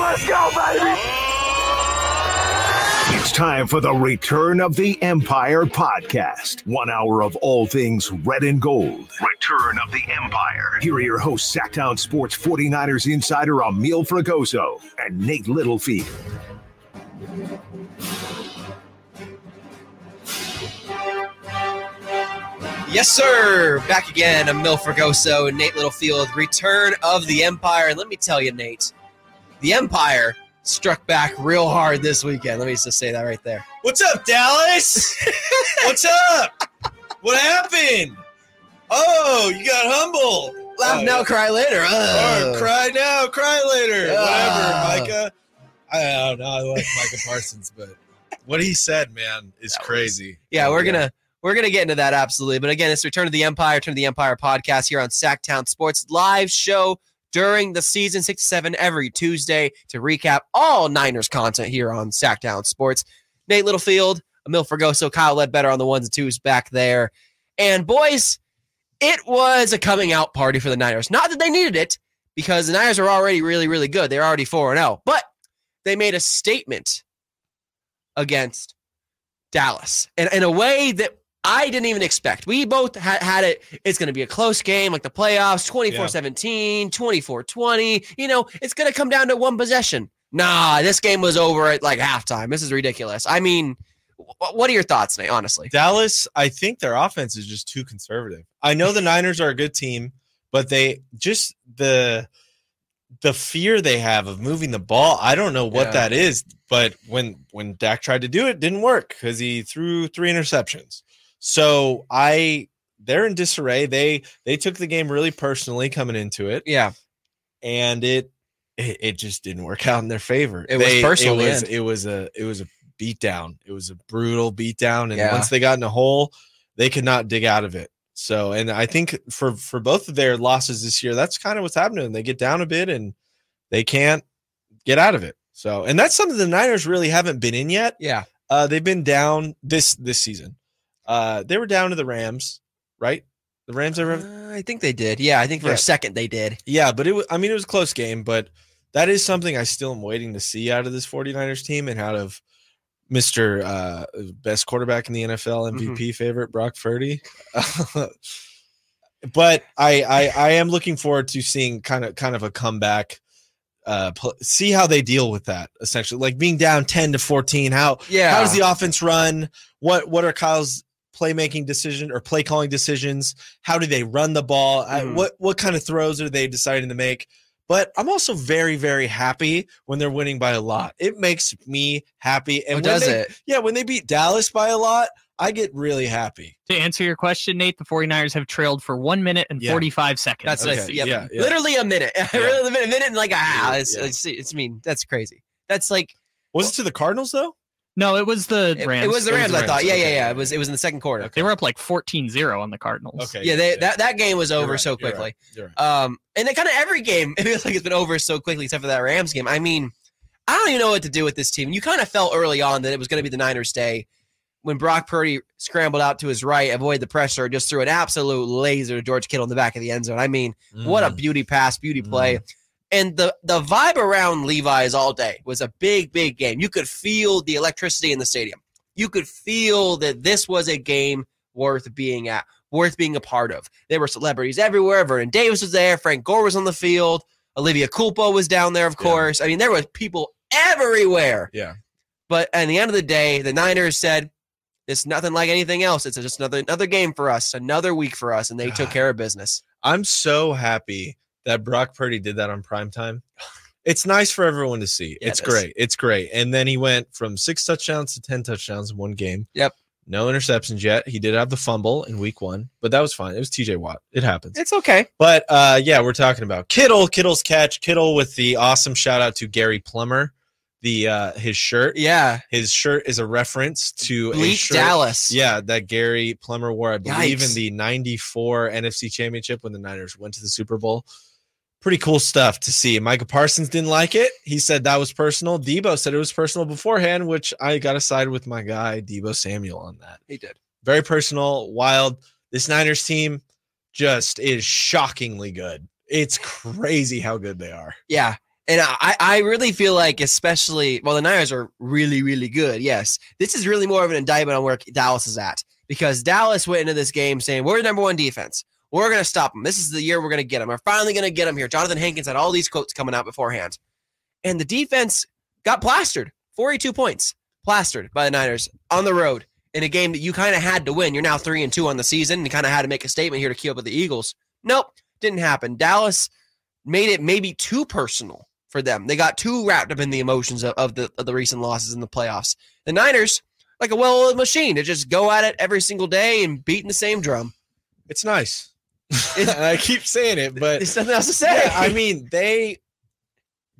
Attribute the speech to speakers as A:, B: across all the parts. A: Let's go, baby!
B: It's time for the Return of the Empire podcast. One hour of all things red and gold. Return of the Empire. Here are your hosts, Sacktown Sports 49ers insider Emil Fragoso and Nate Littlefield.
C: Yes, sir. Back again. I'm Mil Fragoso and Nate Littlefield. Return of the Empire. And let me tell you, Nate, the Empire struck back real hard this weekend. Let me just say that right there.
D: What's up, Dallas? What's up? What happened? Oh, you got humble.
C: Laugh
D: Oh,
C: now, cry later.
D: Or
C: Ugh.
D: cry now, cry later.
C: Uh. Ah.
D: Whatever, Micah. I don't know. I like Micah Parsons, but what he said, man, is
C: That was-
D: crazy.
C: yeah, we're gonna we're gonna get into that absolutely. But again, it's Return of the Empire, Return of the Empire podcast here on Sacktown Sports live show during the season six to seven every Tuesday to recap all Niners content here on Sacktown Sports. Nate Littlefield, Emil Fergoso, Kyle Ledbetter on the ones and twos back there, and boys, it was a coming out party for the Niners. Not that they needed it because the Niners are already really really good. They're already four and zero, but they made a statement against Dallas and in a way that I didn't even expect. We both had, had it. It's going to be a close game like the playoffs 24 17, 24 20. You know, it's going to come down to one possession. Nah, this game was over at like halftime. This is ridiculous. I mean, wh- what are your thoughts, Nate, honestly?
D: Dallas, I think their offense is just too conservative. I know the Niners are a good team, but they just the the fear they have of moving the ball. I don't know what
C: Yeah.
D: that is, but when when Dak tried to do it, it didn't work because he threw three interceptions. So I they're in disarray. They they took the game really personally coming into it,
C: Yeah.
D: and it it, it just didn't work out in their favor.
C: It was
D: They-
C: personal
D: It was,
C: in
D: it was a it was a beatdown. It was a brutal beatdown, and
C: Yeah.
D: once they got in a hole, they could not dig out of it. So, and I think for for both of their losses this year, that's kind of what's happening. They get down a bit and they can't get out of it. So, and that's something the Niners really haven't been in yet.
C: Yeah.
D: Uh, they've been down this this season. Uh, they were down to the Rams, right? The Rams ever
C: Uh, I think they did. Yeah. I think for
D: Yeah.
C: a second they did.
D: yeah, but it was, I mean, it was a close game, but that is something I still am waiting to see out of this 49ers team and out of Mr. Uh, best quarterback in the NFL, MVP favorite, Brock Purdy. but I, I, I am looking forward to seeing kind of, kind of a comeback. Uh, pl- see how they deal with that essentially, like being down 10 to 14. How,
C: Yeah.
D: how does the offense run? What what are Kyle's playmaking decision or play calling decisions? How do they run the ball? I-
C: Mhm.
D: what what kind of throws are they deciding to make? But I'm also very very happy when they're winning by a lot. It makes me happy.
C: Oh,
D: And when
C: does
D: they-
C: it?
D: Yeah, when they beat Dallas by a lot, I get really happy.
E: To answer your question, Nate, the 49ers have trailed for one minute and
D: Yeah.
E: 45 seconds.
C: That's
D: Okay,
C: nice. Yep.
D: yeah, yeah.
C: Literally a minute. Literally a minute, a minute and like a half.
D: Yeah,
C: It's,
D: yeah.
C: it's, it's mean. That's crazy. That's like
D: Was it to the Cardinals though?
E: No, it was the
C: It,
E: Rams.
C: it was the
D: It was
C: Rams,
D: the
C: I thought.
D: Rams.
C: Yeah, yeah,
D: Okay.
C: yeah. It was it was in the second quarter.
E: They were up like 14-0 on the Cardinals.
C: Yeah, they,
D: yeah.
C: that that game was
D: You're
C: over
D: right,
C: so
D: you're right,
C: quickly.
D: you're right.
C: Um, and then kind of every game it feels like it's been over so quickly, except for that Rams game. I mean, I don't even know what to do with this team. You kind of felt early on that it was going to be the Niners' day when Brock Purdy scrambled out to his right, avoided the pressure, just threw an absolute laser to George Kittle in the back of the end zone. I mean. What a
D: Mm.
C: beauty pass, beauty play. And the the vibe around Levi's all day was a big, big game. You could feel the electricity in the stadium. You could feel that this was a game worth being at, worth being a part of. There were celebrities everywhere. Vernon Davis was there. Frank Gore was on the field. Olivia Culpo was down there, of
D: Yeah.
C: course. I mean, there was people everywhere.
D: Yeah.
C: But at the end of the day, the Niners said, "It's nothing like anything else. It's just another another game for us, another week for us." And they took
D: God.
C: care of business.
D: I'm so happy that Brock Purdy did that on prime time. It's nice for everyone to see.
C: Yeah,
D: it's
C: it is.
D: great. It's great. And then he went from six touchdowns to 10 touchdowns in one game.
C: Yep.
D: No interceptions yet. He did have the fumble in week one, but that was fine. It was TJ Watt. It happens.
C: It's okay.
D: But uh, yeah, we're talking about Kittle, Kittle's catch, Kittle with the awesome shout out to Gary Plummer. The uh, his shirt.
C: Yeah.
D: His shirt is a reference to a
C: Bleak
D: shirt-
C: Dallas.
D: yeah, that Gary Plummer wore, I believe,
C: Yikes.
D: in the 94 NFC Championship when the Niners went to the Super Bowl. Pretty cool stuff to see. Micah Parsons didn't like it. He said that was personal. Debo said it was personal beforehand, which I got to side with my guy, Debo Samuel, on that.
C: he did.
D: Very personal, wild. This Niners team just is shockingly good. It's crazy how good they are.
C: Yeah. And I, I really feel like, especially, well, the Niners are really, really good. Yes. This is really more of an indictment on where Dallas is at because Dallas went into this game saying, we're the number one defense. We're going to stop them. This is the year we're going to get them. We're finally going to get them here. Jonathan Hankins had all these quotes coming out beforehand. And the defense got plastered 42 points, plastered by the Niners on the road in a game that you kind of had to win. You're now three and two on the season and kind of had to make a statement here to keep up with the Eagles. Nope, didn't happen. Dallas made it maybe too personal for them. They got too wrapped up in the emotions of, of the of the recent losses in the playoffs. The Niners, like a well-oiled machine, to just go at it every single day and beating the same drum.
D: It's nice.
C: It-
D: and I keep saying it, but
C: There's nothing else to say.
D: yeah, I mean they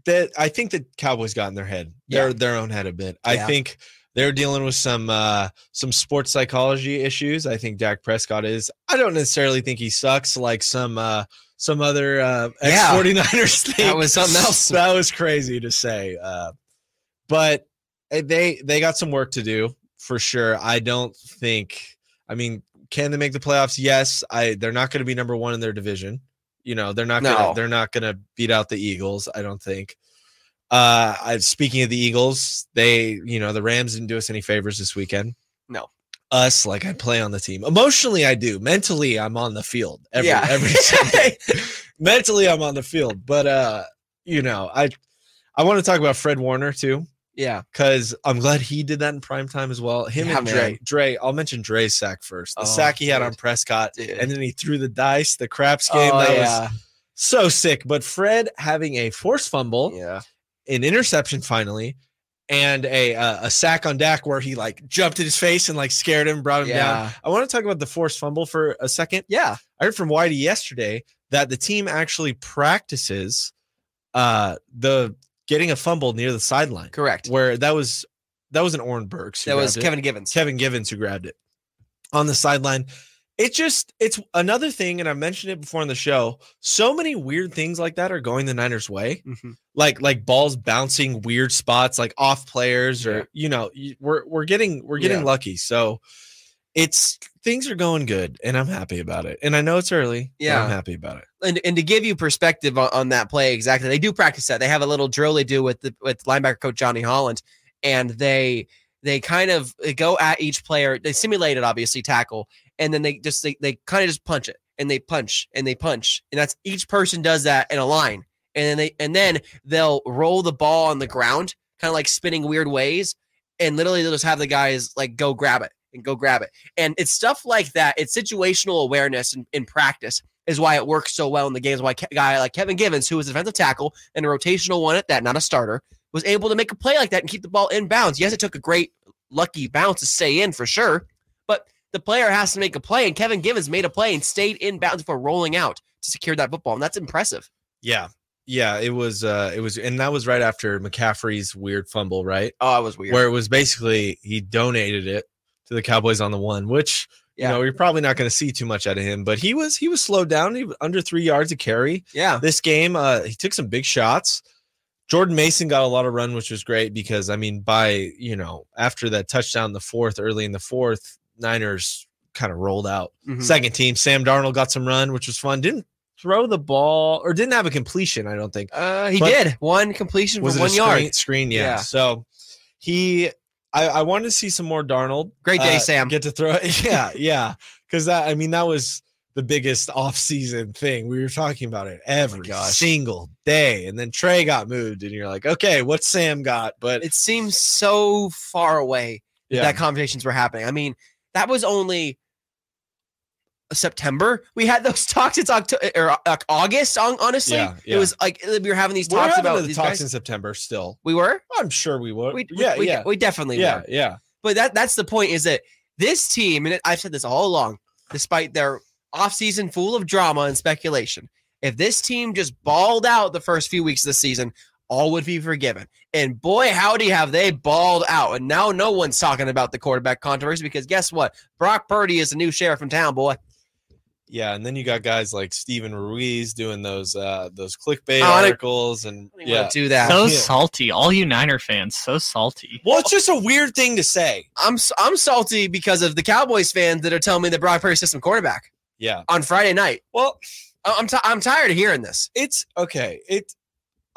D: that I think the Cowboys got in their head, their
C: Yeah.
D: their own head a bit. I
C: Yeah.
D: think they're dealing with some uh some sports psychology issues. I think Dak Prescott is. I don't necessarily think he sucks like some uh some other uh ex
C: Yeah.
D: 49ers think.
C: That was something else.
D: That was crazy to say. Uh but eh, they they got some work to do for sure. I don't think I mean can they make the playoffs? Yes. I they're not going to be number 1 in their division. You know, they're not
C: No.
D: gonna, they're not going to beat out the Eagles, I don't think. Uh I, speaking of the Eagles, they, you know, the Rams didn't do us any favors this weekend.
C: No.
D: Us like I play on the team. Emotionally I do. Mentally I'm on the field every
C: Yeah.
D: every Sunday. Mentally I'm on the field, but uh you know, I I want to talk about Fred Warner too
C: yeah,
D: because I'm glad he did that in prime time as well. Him
C: Yeah,
D: and
C: man.
D: Dre. Dre, I'll mention Dre's sack first. The
C: Oh,
D: sack he had
C: dude.
D: on Prescott,
C: Dude.
D: and then he threw the dice, the craps game.
C: Oh,
D: that was
C: yeah.
D: so sick. But Fred having a forced fumble,
C: yeah,
D: an interception finally, and a uh, a sack on Dak where he like jumped in his face and like scared him, brought him down.
C: yeah,
D: I want to talk about the forced fumble for a second.
C: yeah.
D: I heard from Whitey yesterday that the team actually practices uh the getting a fumble near the sideline
C: Correct.
D: where that was that was an Oren Burks. who
C: That was
D: grabbed it.
C: Kevin Givens.
D: Kevin Givens who grabbed it on the sideline. It just it's another thing, and I mentioned it before on the show. So many weird things like that are going the Niners' way,
C: Mhm.
D: like like balls bouncing weird spots, like off players, or you know, you- we're we're getting we're getting
C: Yeah.
D: lucky. So it's things are going good, and I'm happy about it. And I know it's early, yeah,
C: Yeah.
D: I'm happy about it.
C: and, and to give you perspective on, on that play exactly they do practice that they have a little drill they do with the with linebacker coach johnny holland and they they kind of go at each player they simulate it obviously tackle and then they just they, they kind of just punch it and they punch and they punch and that's each person does that in a line and then they and then they'll roll the ball on the ground kind of like spinning weird ways and literally they'll just have the guys like go grab it and go grab it and it's stuff like that it's situational awareness in, in practice is why it works so well in the games. Why a guy like Kevin Givens, who was a defensive tackle and a rotational one at that, not a starter, was able to make a play like that and keep the ball in bounds. Yes, it took a great lucky bounce to stay in for sure, but the player has to make a play, and Kevin Givens made a play and stayed in bounds before rolling out to secure that football, and that's impressive.
D: Yeah, yeah, it was uh, it was, and that was right after McCaffrey's weird fumble, right?
C: Oh, it was weird.
D: where it was basically he donated it to the Cowboys on the one, which
C: Yeah.
D: you know you're probably not going to see too much out of him, but he was he was slowed down. He was under three yards a carry
C: yeah,
D: this game. Uh, he took some big shots. Jordan Mason got a lot of run, which was great because I mean, by you know after that touchdown in the fourth, early in the fourth, Niners kind of rolled out.
C: Mhm.
D: Second team, Sam Darnold got some run, which was fun. Didn't throw the ball or didn't have a completion, I don't think
C: uh, he
D: But-
C: did one completion
D: was
C: for
D: it
C: one
D: a
C: yard.
D: Screen, screen yeah.
C: Yeah.
D: So he, I, I wanted to see some more Darnold.
C: Great day,
D: uh,
C: Sam.
D: Get to throw it. Yeah, yeah. Because that, I mean, that was the biggest offseason thing. We were talking about it every
C: Oh gosh.
D: single day. And then Trey got moved, and you're like, okay, what Sam got? But
C: it seems so far away
D: yeah,
C: that conversations were happening. I mean, that was only September. We had those talks. It's October or uh, August. hon- Honestly,
D: Yeah, yeah.
C: it was like we were having these
D: we're
C: talks
D: having
C: about
D: the
C: these
D: talks
C: guys.
D: in September still.
C: We were.
D: I'm sure we would.
C: We,
D: yeah,
C: we,
D: yeah,
C: we definitely
D: yeah,
C: were.
D: yeah.
C: But that that's the point is that this team, and I've said this all along, despite their offseason full of drama and speculation, if this team just balled out the first few weeks of the season, all would be forgiven. And boy, howdy, have they balled out. And now no one's talking about the quarterback controversy because guess what? Brock Purdy is the new sheriff in town, boy.
D: Yeah, and then you got guys like Steven Ruiz doing those uh those clickbait
C: Oh, I don't-
D: articles and
C: I don't even
D: yeah.
C: wanna do that.
E: So
D: Yeah.
E: salty. All you Niner fans, so salty.
D: Well, it's just a weird thing to say.
C: I'm I'm salty because of the Cowboys fans that are telling me that Brock Purdy's system quarterback
D: Yeah.
C: on Friday night.
D: Well,
C: I- I'm t- I'm tired of hearing this.
D: it's okay. It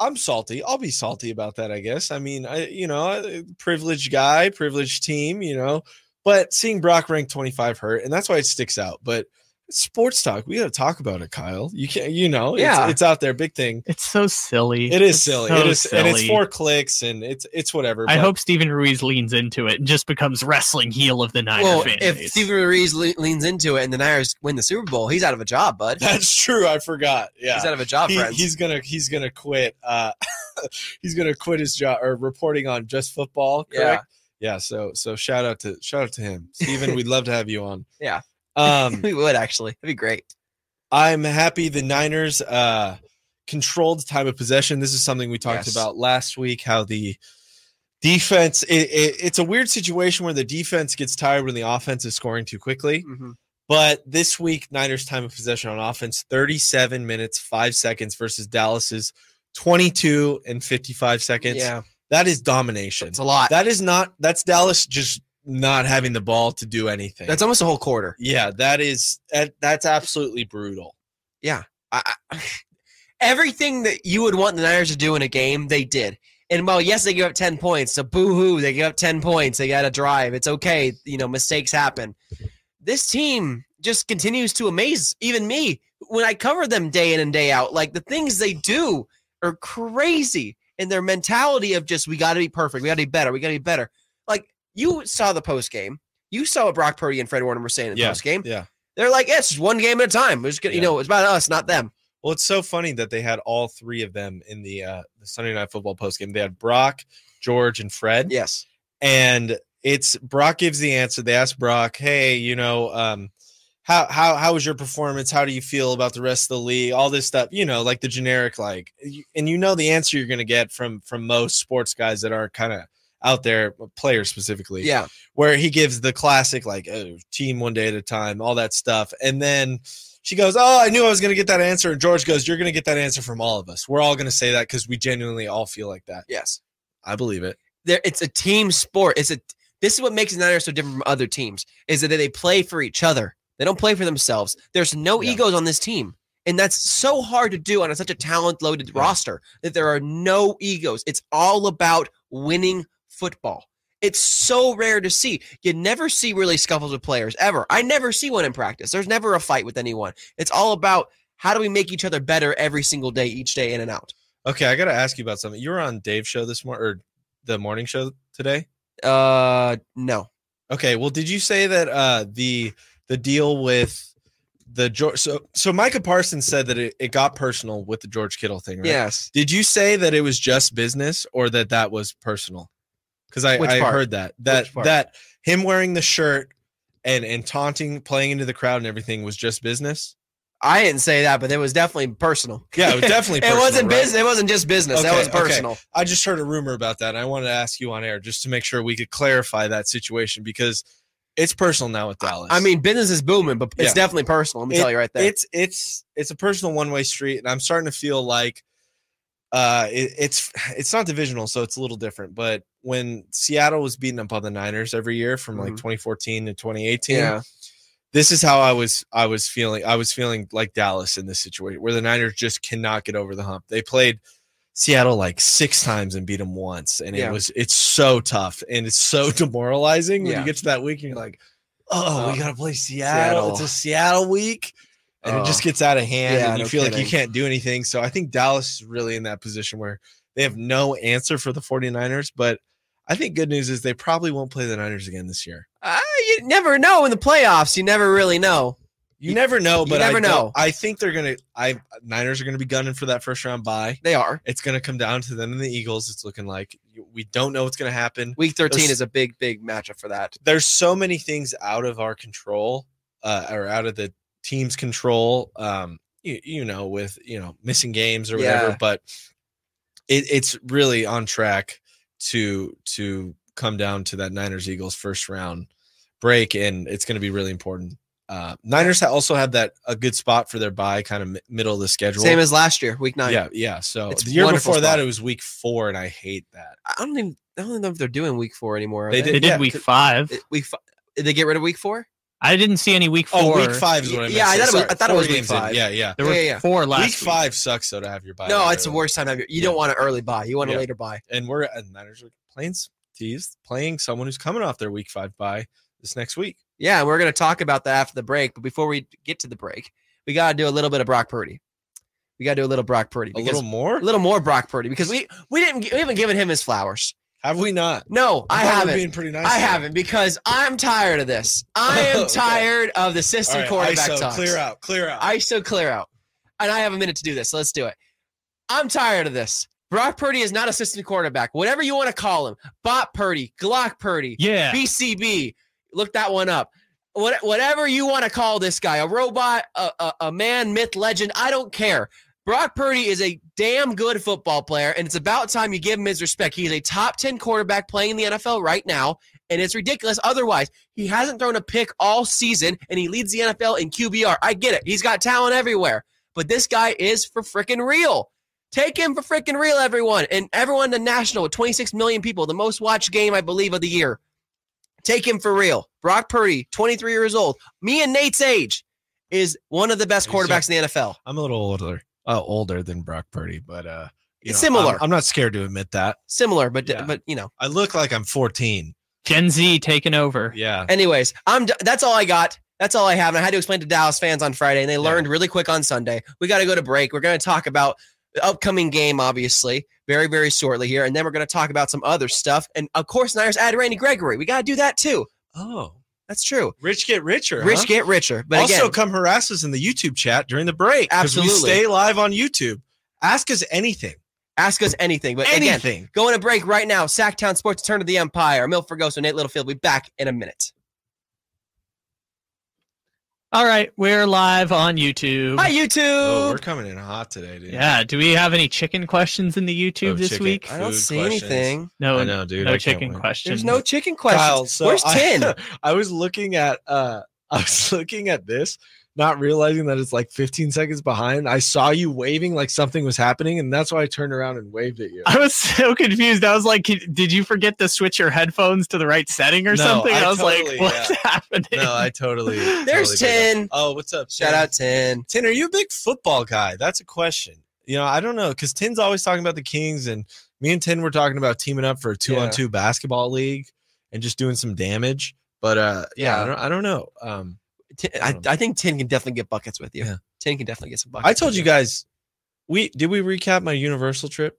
D: I'm salty. I'll be salty about that, I guess. I mean, I you know, I- privileged guy, privileged team, you know. But seeing Brock rank 25 hurt, and that's why it sticks out. But sports talk, we gotta talk about it, Kyle. You can't, you know, it's-
C: Yeah.
D: it's, out there, big thing.
E: It's so silly.
D: It is
E: It's
D: silly.
E: so
D: it is, and it's
E: silly.
D: four clicks, and it's it's whatever.
E: I
D: but-
E: hope Steven Ruiz leans into it and just becomes wrestling heel of the Niner
C: Well,
E: fan
C: if
E: base.
C: Steven Ruiz le- leans into it and the Niners win the Super Bowl, he's out of a job, bud.
D: that's true. I forgot. Yeah,
C: He's out of a job,
D: He-
C: friends.
D: he's gonna he's gonna quit. Uh, he's gonna quit his job or reporting on just football.
C: Yeah.
D: Correct? Yeah. So so shout out to shout out to him, Steven. we'd love to have you on.
C: Yeah.
D: Um,
C: we would actually. That'd be great.
D: I'm happy the Niners uh controlled time of possession. This is something we talked
C: Yes.
D: about last week. How the defense it, it, it's a weird situation where the defense gets tired when the offense is scoring too quickly.
C: Mm.
D: But this week, Niners time of possession on offense 37 minutes, five seconds versus Dallas's 22 and 55 seconds.
C: Yeah,
D: That is domination.
C: it's a lot.
D: That is not, that's Dallas just not having the ball to do anything.
C: That's almost a whole quarter.
D: yeah, that is, that, that's absolutely brutal.
C: I, I, everything that you would want the Niners to do in a game, they did. And well, yes, they give up ten points. So boo hoo, they give up ten points. They got to drive. It's okay. You know, mistakes happen. This team just continues to amaze even me when I cover them day in and day out. Like the things they do are crazy, and their mentality of just we got to be perfect, we got to be better, we got to be better. Like you saw the post game, you saw what Brock Purdy and Fred Warner were saying in the post game.
D: Yeah.
C: They're like, yeah, it's just one game at a time. We're just gonna, you
D: Yeah.
C: know, it's about us, not them.
D: Well, it's so funny that they had all three of them in the, uh, the Sunday night football postgame. They had Brock, George, and Fred.
C: Yes.
D: and it's Brock gives the answer. They ask Brock, "Hey, you know, um, how how how was your performance? How do you feel about the rest of the league? All this stuff, you know, like the generic, like, you- and you know the answer you're gonna get from from most sports guys that are kind of out there, players specifically,
C: Yeah.
D: where he gives the classic like oh, team one day at a time, all that stuff, and then." She goes, Oh, I knew I was going to get that answer. And George goes, You're going to get that answer from all of us. We're all going to say that because we genuinely all feel like that.
C: Yes.
D: I believe it.
C: There it's a team sport. It's a this is what makes the Niners so different from other teams is that they play for each other. They don't play for themselves. There's no
D: Yeah.
C: egos on this team. And that's so hard to do on such a talent loaded
D: Yeah.
C: roster that there are no egos. It's all about winning football. It's so rare to see. You never see really scuffles with players ever. I never see one in practice. There's never a fight with anyone. It's all about how do we make each other better every single day, each day in and out.
D: Okay, I gotta ask you about something. You were on Dave's show this morning or the morning show today.
C: Uh, no.
D: Okay, well, did you say that uh the the deal with the George so so Micah Parsons said that it, it got personal with the George Kittle thing, right?
C: Yes.
D: Did you say that it was just business or that that was personal? Because I,
C: Which
D: I
C: part?
D: heard that that
C: Which part?
D: that him wearing the shirt and and taunting, playing into the crowd and everything was just business.
C: I didn't say that, but it was definitely personal.
D: Yeah, it was definitely.
C: It
D: Personal,
C: wasn't
D: right?
C: business. It wasn't just business. that
D: Okay,
C: was
D: okay.
C: personal.
D: I just heard a rumor about that. And I wanted to ask you on air just to make sure we could clarify that situation because it's personal now with Dallas.
C: I mean, business is booming, but it's
D: Yeah.
C: definitely personal. Let me
D: It-
C: tell you right there.
D: it's it's it's a personal one way street, and I'm starting to feel like uh it, it's it's not divisional, so it's a little different. But when Seattle was beaten up on the Niners every year from like
C: Mhm.
D: 2014 to 2018,
C: yeah.
D: this is how I was I was feeling I was feeling like Dallas in this situation where the Niners just cannot get over the hump. They played Seattle like six times and beat them once, and
C: Yeah.
D: it was it's so tough and it's so demoralizing when
C: Yeah.
D: you get to that week and you're like, oh,
C: Oh,
D: we gotta play Seattle. It's a Seattle week, and
C: Oh.
D: it just gets out of hand,
C: Yeah,
D: and you
C: no
D: feel like
C: kidding.
D: you can't do anything. So I think Dallas is really in that position where they have no answer for the 49ers, but I think good news is they probably won't play the Niners again this year.
C: Uh, you never know in the playoffs. You never really know.
D: You never know,
C: you
D: but
C: never
D: I don't-
C: know.
D: I think they're gonna. I Niners are gonna be gunning for that first round bye.
C: They are.
D: It's gonna come down to them and the Eagles. It's looking like we don't know what's gonna happen.
C: Week 13
D: There's-
C: is a big, big matchup for that.
D: There's so many things out of our control, uh, or out of the team's control. Um, you, you know, with you know missing games or whatever,
C: Yeah.
D: but it, it's really on track to to come down to that Niners Eagles first round break, and it's gonna be really important. Uh, Niners ha- also have that a good spot for their bye, kind of mi- middle of the schedule.
C: Same as last year, week nine.
D: yeah, yeah. So
C: It's
D: the year
C: wonderful
D: before that,
C: spot.
D: it was week four, and I hate that.
C: I don't even I don't even know if they're doing week four anymore. are
D: They
E: they did
D: yeah,
E: week
D: c-
E: five.
C: It- Week fi- did they get rid of week four?
E: I didn't see any week four.
D: Oh, week five is what I meant.
C: Yeah, I thought it was-
D: Sorry,
C: I thought it
D: four
C: was week
D: games in.
C: five.
D: Yeah, yeah.
E: There were
C: Yeah, yeah.
E: four last
D: week five sucks though to have your buy.
C: No,
D: that
C: it's the
D: early.
C: worst time ever. You don't
D: Yeah.
C: want an early buy. You want a
D: Yeah.
C: later buy.
D: And we're and Niners are playing s- teased, playing someone who's coming off their week five buy this next week.
C: Yeah, and we're going to talk about that after the break. But before we get to the break, we got to do a little bit of Brock Purdy. We got to do a little Brock Purdy.
D: A
C: Because,
D: little more?
C: a little more Brock Purdy because we we didn't gi- we haven't given him his flowers.
D: Have we not?
C: No, I
D: thought we were
C: haven't.
D: Being pretty nice.
C: I
D: today.
C: haven't because I'm tired of this. I
D: Oh,
C: am
D: okay.
C: tired of the
D: All
C: system
D: right,
C: quarterback
D: ISO,
C: talks.
D: Clear out. Clear out.
C: I still clear out. And I have a minute to do this. So let's do it. I'm tired of this. Brock Purdy is not assistant quarterback. Whatever you want to call him. Bot Purdy, Glock Purdy,
E: Yeah.
C: BCB. Look that one up. What, whatever you want to call this guy, a robot, a, a, a man, myth, legend, I don't care. Brock Purdy is a damn good football player, and it's about time you give him his respect. He is a top 10 quarterback playing in the NFL right now, and it's ridiculous otherwise. He hasn't thrown a pick all season, and he leads the NFL in QBR. I get it. He's got talent everywhere, but this guy is for freaking real. Take him for freaking real, everyone. And everyone, the national, with 26 million people, the most watched game, I believe, of the year. Take him for real. Brock Purdy, 23 years old, me and Nate's age, is one of the best
D: Yes, sir.
C: quarterbacks in the NFL.
D: I'm a little older. Uh, older than Brock Purdy, but uh you
C: It's
D: know,
C: similar.
D: I'm, I'm not scared to admit that.
C: Similar, but
D: Yeah.
C: but you know.
D: I look like I'm 14.
E: Gen Z taking over.
D: Yeah.
C: Anyways, I'm d- that's all I got. That's all I have. And I had to explain to Dallas fans on Friday, and they learned really quick on Sunday. We got to go to break. We're going to talk about the upcoming game, obviously, very very shortly here, and then we're going to talk about some other stuff. And of course, Niners add Randy Gregory. We got to do that too.
D: Oh.
C: That's true.
D: Rich get richer.
C: Rich
D: huh?
C: get richer, but
D: also,
C: again,
D: come harass us in the YouTube chat during the break. 'cause
C: Absolutely.
D: We stay live on YouTube. Ask us anything.
C: ask us anything. But again,
D: anything.
C: going to break right now. Sacktown Sports, Turn of the Empire, Milford Ghost, and Nate Littlefield. We'll be back in a minute.
E: All right, we're live on YouTube.
C: Hi YouTube.
D: Oh, we're coming in hot today, dude.
E: Yeah. Do we have any chicken questions in the YouTube
D: Oh,
E: this
D: chicken.
E: week?
C: I don't
D: Food
C: see
D: questions.
C: anything.
E: No.
D: I know, dude. I
E: no
D: can't
E: chicken
D: wait.
E: questions.
C: There's no chicken questions.
D: Kyle, so
C: Where's
D: I-
C: ten?
D: I was looking at uh I was looking at this, not realizing that it's like 15 seconds behind. I saw you waving like something was happening, and that's why I turned around and waved at you.
E: I was so confused. I was like, "Did you forget to switch your headphones to the right setting or
D: No,
E: something?"
D: I
E: I, was
D: totally-
E: like, "What's happening?"
D: no, I totally
C: There's
D: totally did that.
C: ten.
D: Oh, what's up?
C: Shout
D: Tim?
C: out ten.
D: Tin, are you a big football guy? That's a question. You know, I don't know because Tin's always talking about the Kings, and me and Tin were talking about teaming up for a two-on-two basketball league and just doing some damage. But uh, yeah,
C: Yeah.
D: I, don't, I don't know. Um,
C: Tin- I, I think ten can definitely get buckets with you.
D: Yeah.
C: Ten can definitely get some buckets.
D: I told
C: with
D: you guys, we did we recap my Universal trip?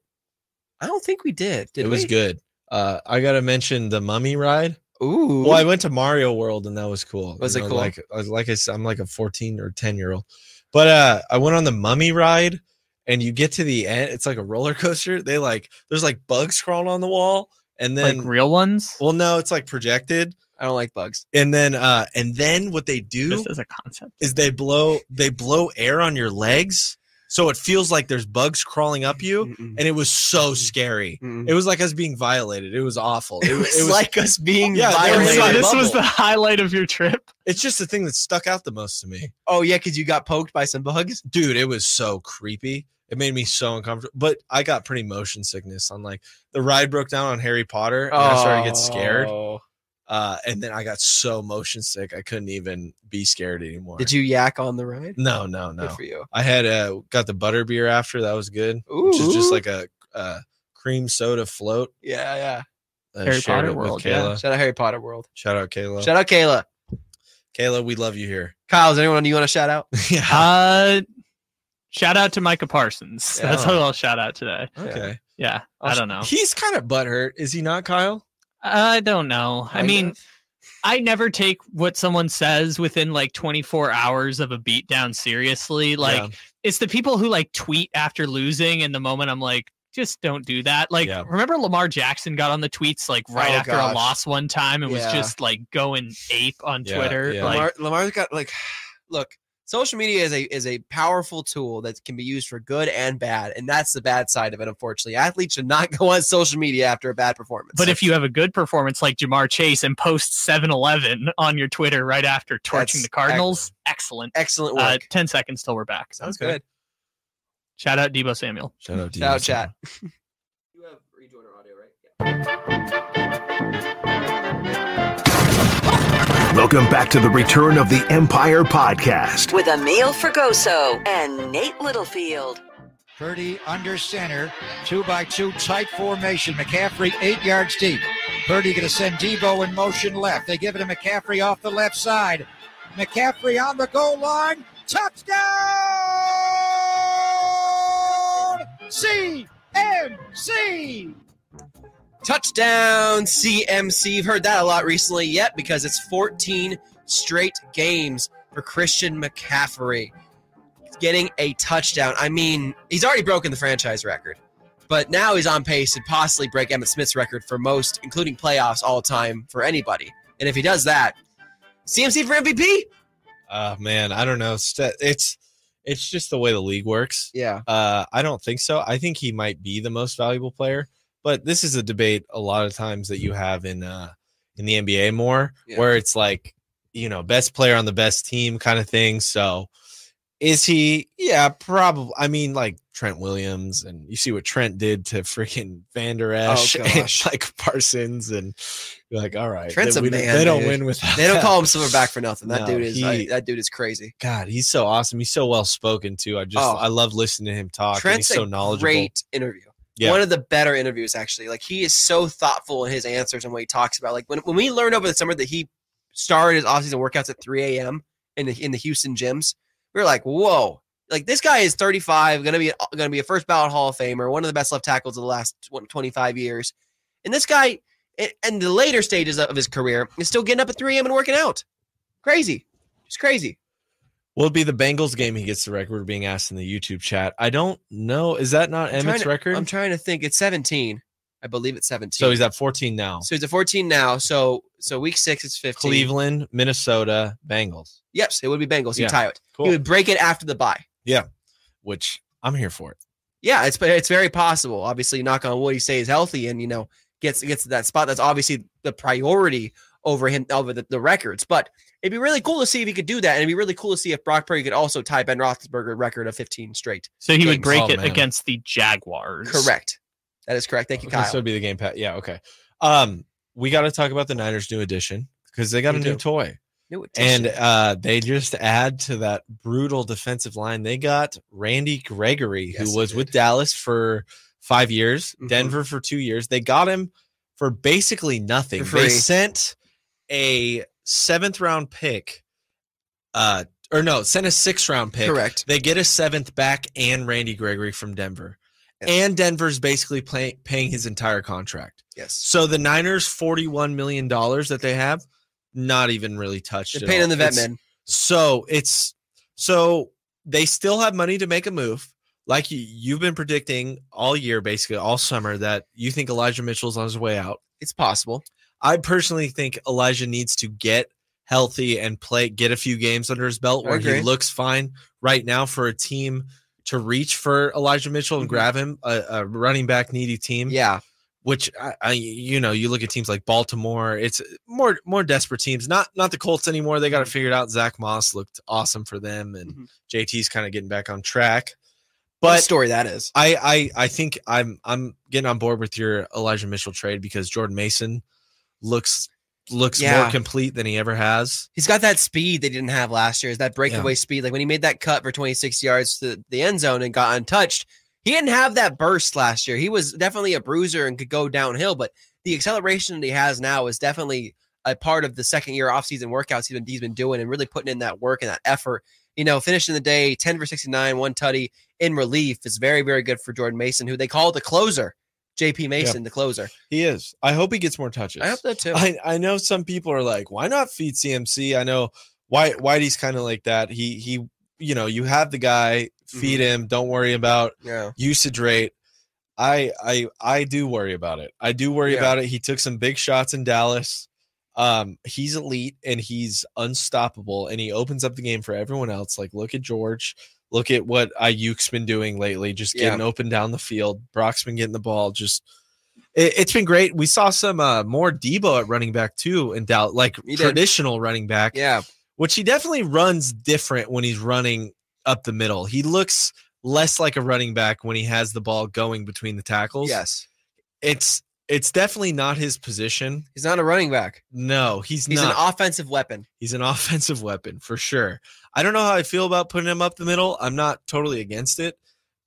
C: I don't think we did. Did
D: it was
C: we?
D: good. Uh, I gotta mention the Mummy ride.
C: Ooh.
D: Well, I went to Mario World and that was cool.
C: Was it
D: know,
C: cool?
D: Like, I was- like I said, I'm like a 14 or 10 year old, but uh, I went on the Mummy ride, and you get to the end. It's like a roller coaster. They like there's like bugs crawling on the wall, and then
E: like real ones.
D: well, no, it's like projected,
C: I don't like bugs.
D: and then uh, and then what they do
E: Just as a concept.
D: is they blow they blow air on your legs, so it feels like there's bugs crawling up you,
C: Mm-mm.
D: and it was so scary.
C: Mm-mm.
D: It was like us being violated. It was awful. It,
C: It was like us being
D: Yeah, they were
E: Oh,
D: Everything
E: so
D: in a
C: violated.
E: this was
D: bubble.
E: the highlight of your trip.
D: it's just the thing that stuck out the most to me.
C: Oh yeah, because you got poked by some bugs.
D: dude, it was so creepy. It made me so uncomfortable. But I got pretty motion sickness on like the ride broke down on Harry Potter, and I started to get scared.
C: Oh.
D: Uh, and then I got so motion sick, I couldn't even be scared anymore.
C: Did you yak on the ride?
D: No, no,
C: Good
D: no.
C: for you.
D: I had uh, got the butter beer after that was good, which is just
C: Ooh.
D: like a, uh cream soda float.
C: Yeah, yeah.
D: I
E: Harry
D: shared
E: Potter
D: it with
E: world, yeah.
D: Kayla.
C: Shout out Harry Potter World.
D: Shout out Kayla.
C: Shout out Kayla.
D: Kayla, we love you here.
C: Kyle, is there anyone you want to shout out?
D: yeah.
E: Uh, shout out to Micah Parsons. That's
D: Yeah.
E: who I'll shout out today.
D: Okay.
E: Yeah, I don't know.
D: He's kind of butthurt, is he not, Kyle?
E: I don't know. I
C: Kind
E: mean,
C: of.
E: I never take what someone says within like 24 hours of a beatdown seriously. Like
D: Yeah.
E: it's the people who like tweet after losing, and the moment I'm like, just don't do that. Like
D: Yeah.
E: remember Lamar Jackson got on the tweets like right
C: Oh,
E: after
C: gosh.
E: a loss one time and
C: Yeah.
E: was just like going ape on
D: Yeah,
E: Twitter.
D: yeah.
E: Like
C: Lamar, Lamar's got like, look, social media is a is a powerful tool that can be used for good and bad, and that's the bad side of it. Unfortunately, athletes should not go on social media after a bad performance.
E: but if you have a good performance like Jamar Chase and post 7-Eleven on your Twitter right after torching
C: That's
E: the Cardinals, excellent.
C: excellent work,
E: Uh, 10 seconds till we're back.
C: sounds
D: okay.
C: good.
E: Shout out Debo Samuel.
D: Shout out to
C: Shout
D: you,
C: out
D: Sam.
C: chat. You have rejoiner audio, right? Yeah.
B: Welcome back to the Return of the Empire podcast.
A: with Emil Fergoso and Nate Littlefield.
F: Purdy under center, two by two, tight formation. McCaffrey eight yards deep. Purdy going to send Debo in motion left. They give it to McCaffrey off the left side. McCaffrey on the goal line. Touchdown! CMC!
C: Touchdown CMC. You've heard that a lot recently yet because it's 14 straight games for Christian McCaffrey getting a touchdown. I mean, he's already broken the franchise record, but now he's on pace to possibly break Emmett Smith's record for most, including playoffs all time for anybody. And if he does that, CMC for MVP?
D: Uh, man, I don't know. St- It's it's just the way the league works.
C: Yeah.
D: Uh, I don't think so. I think he might be the most valuable player, but this is a debate a lot of times that you have in uh in the NBA more,
C: Yeah.
D: where it's like you know best player on the best team kind of thing. So is he? Yeah, probably. I mean, like Trent Williams, and you see what Trent did to freaking Van Der Esch
C: Oh, gosh.
D: and like Parsons, and you're like, all right,
C: Trent's
D: they,
C: a
D: we don't-
C: man,
D: they don't
C: dude.
D: win without.
C: They don't
D: that.
C: call him Silverback for nothing. That
D: No,
C: dude is
D: he-
C: I- that dude is crazy.
D: God, he's so awesome. He's so well spoken too. I just
C: Oh.
D: I love listening to him talk. and
C: Trent's
D: he's so
C: a
D: knowledgeable.
C: great interview.
D: yeah.
C: one of the better interviews actually like he is so thoughtful in his answers and what he talks about like when, when we learned over the summer that he started his offseason workouts at 3 a.m in the, in the houston gyms we were like whoa like this guy is 35 gonna be gonna be a first ballot hall of famer one of the best left tackles of the last 20 25 years and this guy in, in the later stages of his career is still getting up at 3 a.m and working out crazy just crazy
D: Will it be the Bengals game he gets the record being asked in the YouTube chat. I don't know. Is that not
C: I'm trying
D: Emmett's
C: to-
D: record?
C: i'm trying to think it's 17 i believe it's 17
D: so he's at 14 now.
C: So it's a 14 now. So so week six it's 15.
D: Cleveland, Minnesota, Bengals.
C: Yep, so it would be Bengals. You
D: Yeah.
C: tie it.
D: Cool.
C: You would break it after the bye.
D: Which I'm here for it.
C: Yeah, it's it's very possible. Obviously, knock on wood, he stays healthy and you know gets gets to that spot. That's obviously the priority over him over the, the records. But it'd be really cool to see if he could do that, and it'd be really cool to see if Brock Purdy could also tie Ben Roethlisberger record of 15 straight.
E: So he would
C: Games.
E: break
D: Oh,
E: it
D: man.
E: against the Jaguars.
C: Correct. That is correct. Thank you,
D: Okay,
C: Kyle.
D: so it'd be the game pat. Yeah, okay. Um, we gotta talk about the Niners new addition because they got
C: We
D: a
C: do.
D: new toy.
C: New addition.
D: And uh they just add to that brutal defensive line. They got Randy Gregory,
C: Yes,
D: who
C: they
D: was with
C: did.
D: Dallas for five years,
C: Mhm.
D: Denver for two years. They got him for basically nothing.
C: For free.
D: They sent a seventh round pick, uh, or no, sent a sixth round pick.
C: correct.
D: They get a seventh back and Randy Gregory from Denver.
C: Yes.
D: And Denver's basically pay, paying his entire contract.
C: Yes.
D: So the Niners' $41 million that they have, not even really touched.
C: They're
D: at
C: paying
D: all.
C: in the vet
D: It's-
C: man.
D: so it's so they still have money to make a move. Like you, you've been predicting all year, basically all summer, that you think Elijah Mitchell's on his way out.
C: It's possible.
D: I personally think Elijah needs to get healthy and play, get a few games under his belt
C: I
D: where he
C: agree.
D: looks fine right now for a team to reach for Elijah Mitchell and
C: Mhm.
D: grab him, a, a running back needy team
C: Yeah.
D: which I, I you know you look at teams like Baltimore, it's more more desperate teams. Not not the Colts anymore. They got it figured out. Zach Moss looked awesome for them, and
C: Mhm.
D: JT's kind of getting back on track.
C: What a
D: But
C: story that is.
D: I, I I think I'm I'm getting on board with your Elijah Mitchell trade because Jordan Mason looks looks
C: Yeah.
D: more complete than he ever has.
C: He's got that speed they didn't have last year. Is that breakaway speed? Like when he made that cut for 26 yards to the end zone and got untouched, he didn't have that burst last year. He was definitely a bruiser and could go downhill, but the acceleration that he has now is definitely a part of the second year offseason workouts he's been, he's been doing and really putting in that work and that effort. You know, finishing the day 10 for 69, one tutty in relief is very, very good for Jordan Mason, who they call the closer. JP Mason, the closer.
D: He is. I hope he gets more touches.
C: I hope that too.
D: I, I know some people are like, why not feed CMC? I know White Whitey's kind of like that. He he, you know, you have the guy, feed him. Don't worry about
C: yeah.
D: usage rate. I I I do worry about it. I do worry
C: Yeah.
D: about it. He took some big shots in Dallas. Um, he's elite and he's unstoppable, and he opens up the game for everyone else. Like, look at George. Look at what Ayuk's been doing lately, just
C: Yeah.
D: getting open down the field. Brock's been getting the ball. Just it, it's been great. We saw some uh, more Debo at running back too in Dallas, like
C: He did.
D: traditional running back
C: Yeah.
D: which he definitely runs different when he's running up the middle. He looks less like a running back when he has the ball going between the tackles.
C: Yes.
D: It's It's definitely not his position.
C: He's not a running back.
D: No, he's,
C: He's
D: not.
C: an offensive weapon.
D: He's an offensive weapon for sure. I don't know how I feel about putting him up the middle. I'm not totally against it,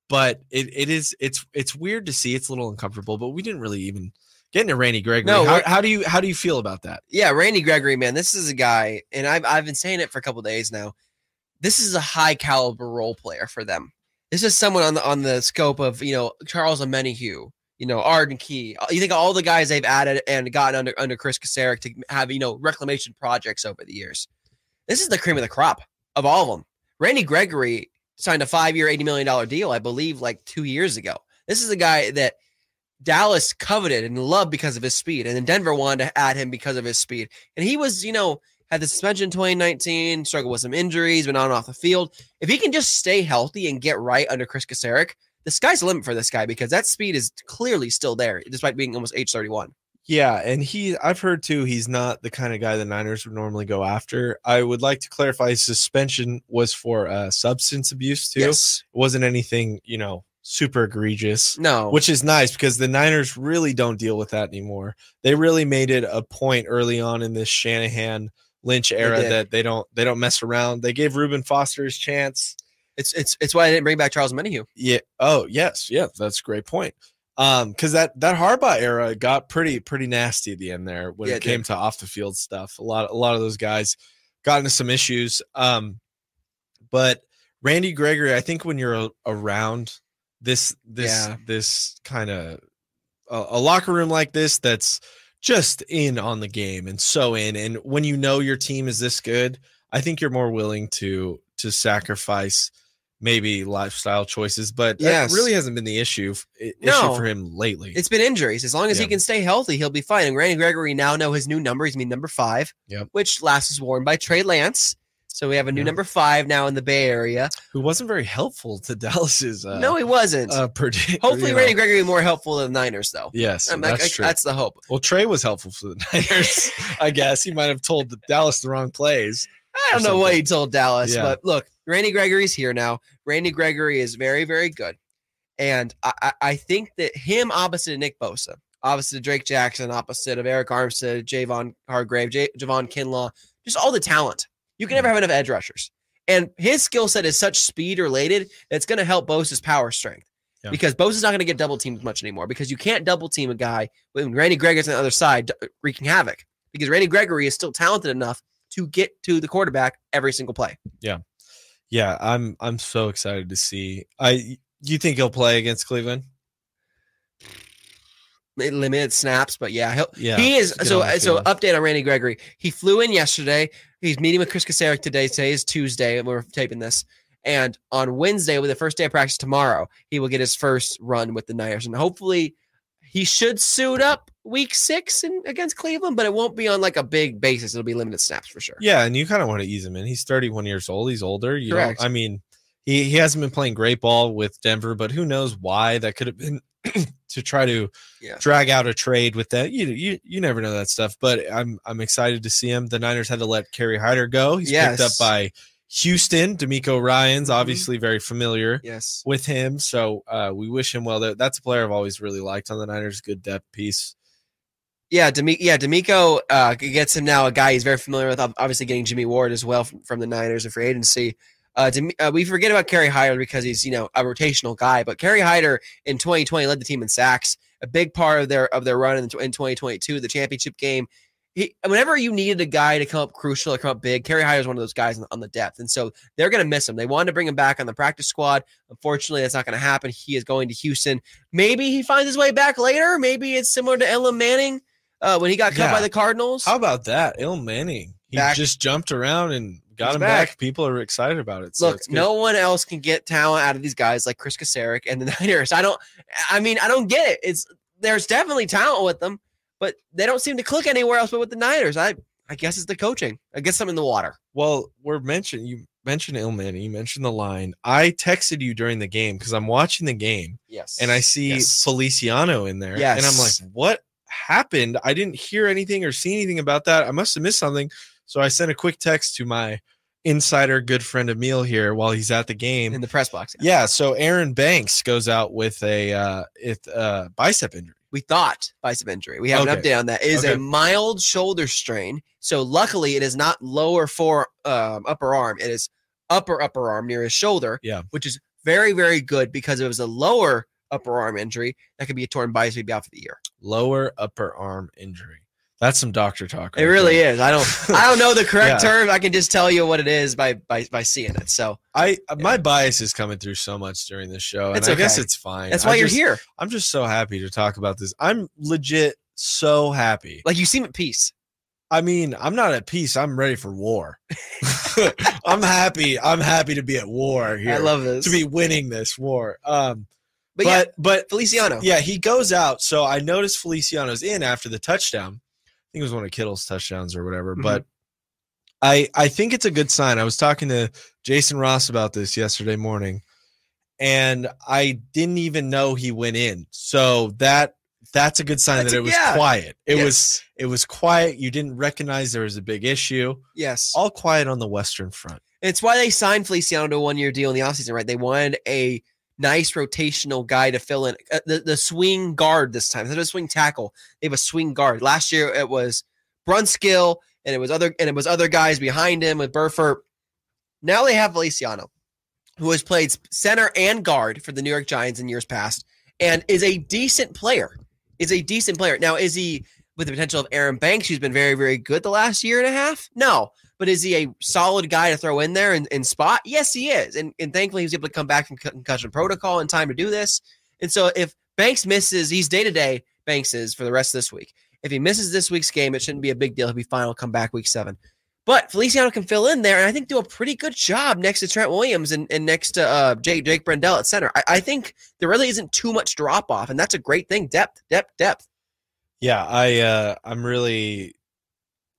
D: but it, it is it's it's weird to see. It's a little uncomfortable, but we didn't really even get into Randy Gregory.
C: No,
D: how,
C: we're-
D: how do you how do you feel about that?
C: Yeah, Randy Gregory, man, this is a guy, and I've I've been saying it for a couple days now. This is a high caliber role player for them. This is someone on the on the scope of you know Charles Amenihue, you know Arden Key. You think of all the guys they've added and gotten under under Chris Kasarik to have you know reclamation projects over the years. This is the cream of the crop of all of them. Randy Gregory signed a five year, eighty million dollar deal, I believe, like two years ago. This is a guy that Dallas coveted and loved because of his speed, and then Denver wanted to add him because of his speed. And he was, you know, had the suspension in 2019, struggled with some injuries, been on and off the field. If he can just stay healthy and get right under Chris Kasarik, the sky's the limit for this guy because that speed is clearly still there, despite being almost age 31.
D: Yeah, and he I've heard too he's not the kind of guy the Niners would normally go after. I would like to clarify his suspension was for uh, substance abuse too.
C: Yes.
D: It wasn't anything, you know, super egregious.
C: No.
D: which is nice because the Niners really don't deal with that anymore. They really made it a point early on in this Shanahan Lynch era
C: did.
D: that they don't they don't mess around. They gave Reuben Foster his chance.
C: it's it's it's why I didn't bring back Charles Menahue.
D: Yeah. Oh, yes. Yeah, that's a great point. Um, because that that Harbaugh era got pretty pretty nasty at the end there when
C: Yeah,
D: it
C: it
D: came to off the field stuff. A lot a lot of those guys got into some issues. Um, but Randy Gregory, I think when you're a- around this this
C: Yeah.
D: this kind of a, a locker room like this that's just in on the game and so in, and when you know your team is this good, I think you're more willing to to sacrifice maybe lifestyle choices, but
C: Yes.
D: that really hasn't been the issue f- i-
C: No.
D: issue for him lately.
C: It's been injuries. As long as he
D: Yeah.
C: can stay healthy, he'll be fine. And Randy Gregory now know his new number. He's mean number five,
D: Yep.
C: which last was worn by Trey Lance. So we have a new
D: Yeah.
C: number five now in the Bay Area.
D: Who wasn't very helpful to Dallas's uh,
C: no, he wasn't.
D: uh predict-
C: Hopefully,
D: you know.
C: Randy Gregory will be more helpful than the Niners, though.
D: Yes,
C: I'm like,
D: that's
C: I-
D: true.
C: that's the hope.
D: well, Trey was helpful for the Niners, I guess. He might have told the Dallas the wrong plays.
C: I don't know what
D: something.
C: he told Dallas,
D: Yeah.
C: but look, Randy Gregory's here now. Randy Gregory is very, very good. And I, I, I think that him opposite of Nick Bosa, opposite of Drake Jackson, opposite of Eric Armstead, Javon Hargrave, J- Javon Kinlaw, just all the talent. You
D: Hmm.
C: can never have enough edge rushers. And his skill set is such speed related that's going to help Bosa's power strength.
D: Yeah.
C: Because Bosa's not going to get double teamed much anymore because you can't double team a guy when Randy Gregory's on the other side d- wreaking havoc. Because Randy Gregory is still talented enough to get to the quarterback every single play.
D: Yeah, I'm I'm so excited to see. I you think he'll play against Cleveland?
C: Li- Limited snaps, but yeah, he'll,
D: Yeah.
C: he is.
D: get
C: So,
D: on the
C: so
D: field.
C: update on Randy Gregory. He flew in yesterday. He's meeting with Chris Kasarik today. Today is Tuesday, and we're taping this. And on Wednesday, with the first day of practice tomorrow, he will get his first run with the Niners, and hopefully, he should suit up week six in, against Cleveland. But it won't be on like a big basis. It'll be limited snaps for sure.
D: Yeah, and you kind of want to ease him in. He's 31 years old. He's older. You don't-
C: Correct.
D: I mean, he, he hasn't been playing great ball with Denver, but who knows why that could have been to try to
C: Yeah.
D: drag out a trade with that. You, you you never know that stuff. But I'm I'm excited to see him. The Niners had to let Kerry Hyder go. He's picked up
C: Yes. Mm-hmm.
D: by Houston. D'Amico Ryan's obviously very familiar
C: Yes.
D: with him. So uh, we wish him well. That- That's a player I've always really liked on the Niners. Good depth piece.
C: Yeah, Demi- yeah, D'Amico uh, gets him now a guy he's very familiar with. ob- Obviously, getting Jimmy Ward as well from, from the Niners and free agency. Uh, Demi- uh, we forget about Kerry Hyder because he's you know a rotational guy, but Kerry Hyder in 2020 led the team in sacks. A big part of their of their run in, in 2022, the championship game. He, whenever you needed a guy to come up crucial or come up big, Kerry Hyder is one of those guys on, on the depth, and so they're going to miss him. They wanted to bring him back on the practice squad. Unfortunately, that's not going to happen. He is going to Houston. Maybe he finds his way back later. Maybe it's similar to Ella Manning uh, when he got cut
D: Yeah.
C: by the Cardinals.
D: How about that? Il Manning. He
C: Back.
D: just jumped around and got
C: He's
D: him
C: back.
D: back. People are excited about it. So
C: Look,
D: it's good.
C: no one else can get talent out of these guys like Chris Kasarik and the Niners. I don't. I mean, I don't get it. It's there's definitely talent with them, but they don't seem to click anywhere else but with the Niners. I I guess it's the coaching. I guess I'm in the water.
D: Well, we're mentioned. You mentioned Il Manning. You mentioned the line. I texted you during the game because I'm watching the game
C: Yes.
D: and I see Feliciano in there. And I'm
C: Yes.
D: like, what happened? I didn't hear anything or see anything about that. I must have missed something. So I sent a quick text to my insider good friend Emil here while he's at the game.
C: in the press box.
D: Yeah, so Aaron Banks goes out with a uh, it, uh, bicep injury.
C: we thought bicep injury. We have an
D: Okay.
C: update on that. It is
D: Okay.
C: a mild shoulder strain. So luckily, it is not lower for um, upper arm. It is upper upper arm near his shoulder.
D: Yeah.
C: which is very very good because if it was a lower upper arm injury that could be a torn bicep, he'd be out for the year.
D: Lower upper arm injury. That's some doctor talk.
C: It really is. I don't I don't know the correct
D: Yeah.
C: term. I can just tell you what it is by by by seeing it. So
D: I uh, my bias is coming through so much during this show, and
C: It's
D: I guess
C: okay.
D: it's fine.
C: that's
D: I
C: why you're
D: just-
C: here.
D: I'm just so happy to talk about this. I'm legit so happy.
C: Like you seem at peace.
D: I mean, I'm not at peace. I'm ready for war. I'm happy. I'm happy to be at war here.
C: I love this.
D: to be winning this war. Um,
C: but,
D: but
C: yeah,
D: but
C: Feliciano.
D: yeah, he goes out. So I noticed Feliciano's in after the touchdown. I think it was one of Kittle's touchdowns or whatever.
C: Mhm.
D: But I I think it's a good sign. I was talking to Jason Ross about this yesterday morning, and I didn't even know he went in. So that that's a good sign
C: That's
D: that
C: a-
D: it was
C: yeah.
D: quiet. It
C: Yes.
D: was it was quiet. You didn't recognize there was a big issue.
C: yes.
D: All quiet on the Western Front.
C: It's why they signed Feliciano to a one year deal in the offseason, right? They wanted a nice rotational guy to fill in uh, the, the swing guard this time. Instead of a swing tackle, they have a swing guard. Last year it was Brunskill and it was other and it was other guys behind him with Burford. Now they have Feliciano, who has played center and guard for the New York Giants in years past and is a decent player. Is a decent player. Now, is he with the potential of Aaron Banks, who's been very, very good the last year and a half? No. But is he a solid guy to throw in there and, and spot? Yes, he is. And, and thankfully, he was able to come back from con- concussion protocol in time to do this. And so, if Banks misses, he's day to day Banks is for the rest of this week. If he misses this week's game, it shouldn't be a big deal. He'll be fine. He'll come back week seven. But Feliciano can fill in there and I think do a pretty good job next to Trent Williams and, and next to uh, Jake, Jake Brendel at center. I, I think there really isn't too much drop off, and that's a great thing. Depth, depth, depth.
D: Yeah, I uh I'm really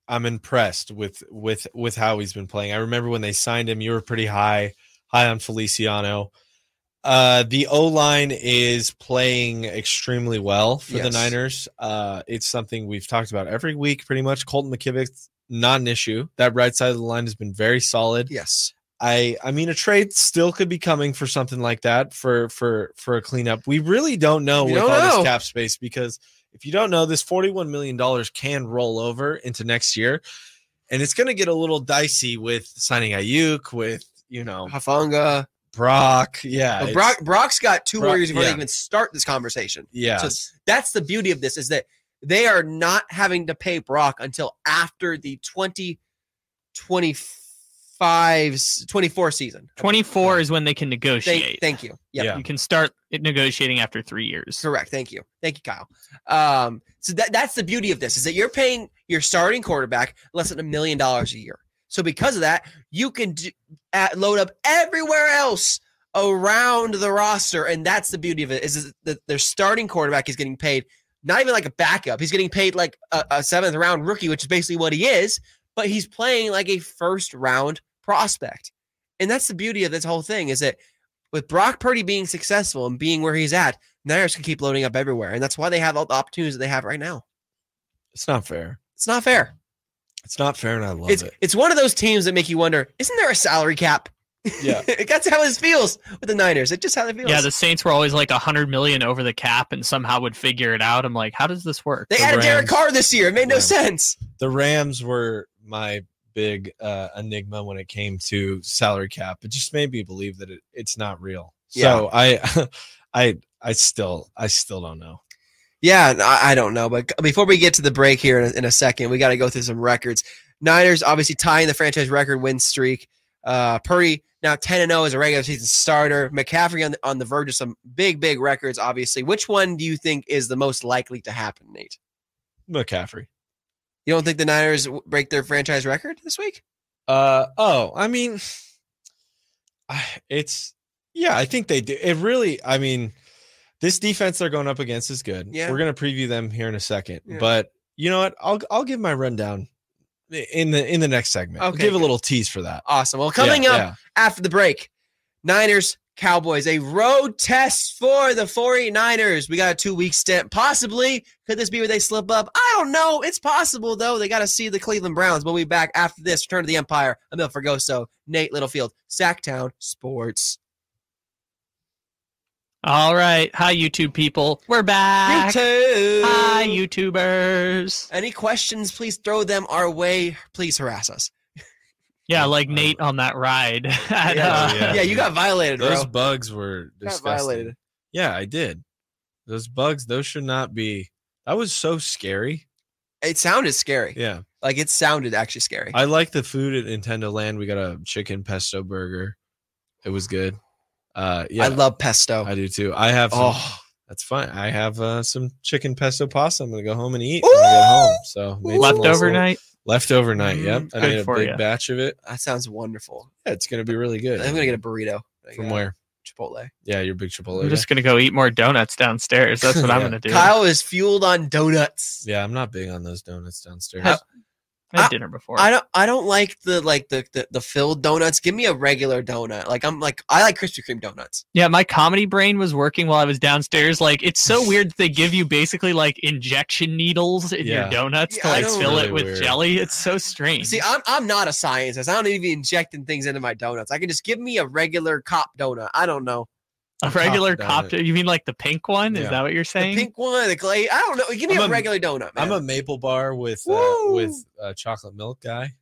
D: I'm impressed with with with how he's been playing. I remember when they signed him, you were pretty high high on Feliciano. Uh the O-line is playing extremely well for the
C: Yes.
D: Niners. Uh it's something we've talked about every week pretty much. Colton McKivick's not an issue. That right side of the line has been very solid.
C: Yes.
D: I I mean a trade still could be coming for something like that for for for a cleanup. We really don't know
C: We
D: with
C: don't
D: all
C: know.
D: this cap space because if you don't know this 41 million dollars can roll over into next year and it's going to get a little dicey with signing Ayuk with, you know,
C: Hafanga.
D: Brock. Yeah.
C: But
D: it's-
C: Brock, Brock's got two
D: Brock-
C: more years before
D: yeah.
C: they even start this conversation.
D: yeah.
C: So that's the beauty of this is that they are not having to pay Brock until after the 2025 24 season.
E: 24 is when they can
C: Thank,
E: negotiate.
C: thank you. Yep.
D: Yeah.
E: You can start it negotiating after three years.
C: Correct. Thank you. Thank you, Kyle. Um, so that, that's the beauty of this is that you're paying your starting quarterback less than a million dollars a year. So because of that, you can do, at, load up everywhere else around the roster, and that's the beauty of it is, is that their starting quarterback is getting paid not even like a backup. He's getting paid like a, a seventh round rookie, which is basically what he is, but he's playing like a first round prospect. And that's the beauty of this whole thing is that with Brock Purdy being successful and being where he's at, Niners can keep loading up everywhere. And that's why they have all the opportunities that they have right now.
D: It's not fair.
C: It's not fair.
D: It's not fair and I love
C: It's
D: it.
C: it's one of those teams that make you wonder, isn't there a salary cap?
D: Yeah.
C: that's how this feels with the Niners. It's just how it feels.
E: Yeah, the Saints were always like 100 million over the cap and somehow would figure it out. I'm like, how does this work?
C: they
D: the
C: added Derek
D: Rams.
C: Carr this year. It made no
D: Rams.
C: sense.
D: the Rams were my big uh, enigma when it came to salary cap. It just made me believe that it, it's not real. So I, I, I still, I still don't know.
C: Yeah, I, I don't know. But before we get to the break here in a, in a second, we got to go through some records. Niners obviously tying the franchise record win streak. Uh, Purdy now 10 and 0 as a regular season starter. McCaffrey on the, on the verge of some big, big records, obviously. Which one do you think is the most likely to happen, Nate?
D: McCaffrey.
C: You don't think the Niners w- break their franchise record this week?
D: Uh oh, I mean, I- it's yeah. I think they do. It really. I mean, this defense they're going up against is good.
C: Yeah.
D: we're gonna preview them here in a second.
C: Yeah.
D: But you know what? I'll I'll give my rundown in the in the next segment. I'll
C: Okay,
D: give a
C: good.
D: little tease for that.
C: Awesome. Well, coming
D: Yeah,
C: up
D: yeah.
C: after the break, Niners, Cowboys, a road test for the 49ers. We got a two week stint. Possibly, could this be where they slip up? I don't know. It's possible, though. They got to see the Cleveland Browns. We'll be back after this. Return to the Empire. Emil Fergoso, Nate Littlefield, Sacktown Sports.
E: All right. Hi, YouTube people. We're back.
C: YouTube.
E: Hi, YouTubers.
C: Any questions, please throw them our way. Please harass us.
E: Yeah, like Nate on that ride. at,
D: Yeah.
E: uh,
D: Oh, yeah.
C: you got violated,
D: Those
C: bro.
D: bugs were
C: You got
D: disgusting.
C: violated.
D: Yeah, I did. Those bugs, those should not be. That was so scary.
C: It sounded scary.
D: Yeah.
C: Like it sounded actually scary.
D: I like the food at Nintendo Land. We got a chicken pesto burger. It was good. Uh yeah.
C: I love pesto.
D: I do too. I have some,
C: oh,
D: that's fine. I have uh, some chicken pesto pasta. I'm gonna go home and eat when I get home. So made some nice
E: Leftover
D: little-
E: night.
D: Leftover night. Yep.
E: Mm,
D: I
E: good
D: made a
E: for
D: big
E: ya.
D: batch of it.
C: that sounds wonderful.
D: Yeah, it's gonna be really
C: I'm
D: good.
C: gonna get a burrito
D: from
C: Yeah,
D: where?
C: Chipotle.
D: Yeah, your big Chipotle.
E: I'm
D: guy.
E: just gonna go eat more donuts downstairs. That's what I'm
D: Yeah.
E: gonna do.
C: Kyle is fueled on donuts.
D: yeah, I'm not big on those donuts downstairs.
E: Huh. I
C: I-
E: had dinner before.
C: I don't. I don't like the like the, the the filled donuts. Give me a regular donut. Like I'm like I like Krispy Kreme donuts.
E: yeah, my comedy brain was working while I was downstairs. Like it's so weird that they give you basically like injection needles in
D: Yeah.
E: your donuts
C: Yeah,
E: to
C: I
E: like
C: don't
E: fill
D: really
E: it with
D: weird.
E: jelly. It's so strange.
C: See, I'm I'm not a scientist. I don't need to be injecting things into my donuts. I can just give me a regular cop donut. I don't know
E: a regular
D: Copped
E: cop.
D: donut.
E: You mean like the pink one? Is
D: Yeah.
E: that what you're
C: the
E: saying?
C: pink one, the clay. I don't know. Give me
D: I'm
C: a,
D: a-
C: regular donut, man.
D: I'm a maple bar with uh,
C: Woo!
D: with uh, chocolate milk guy.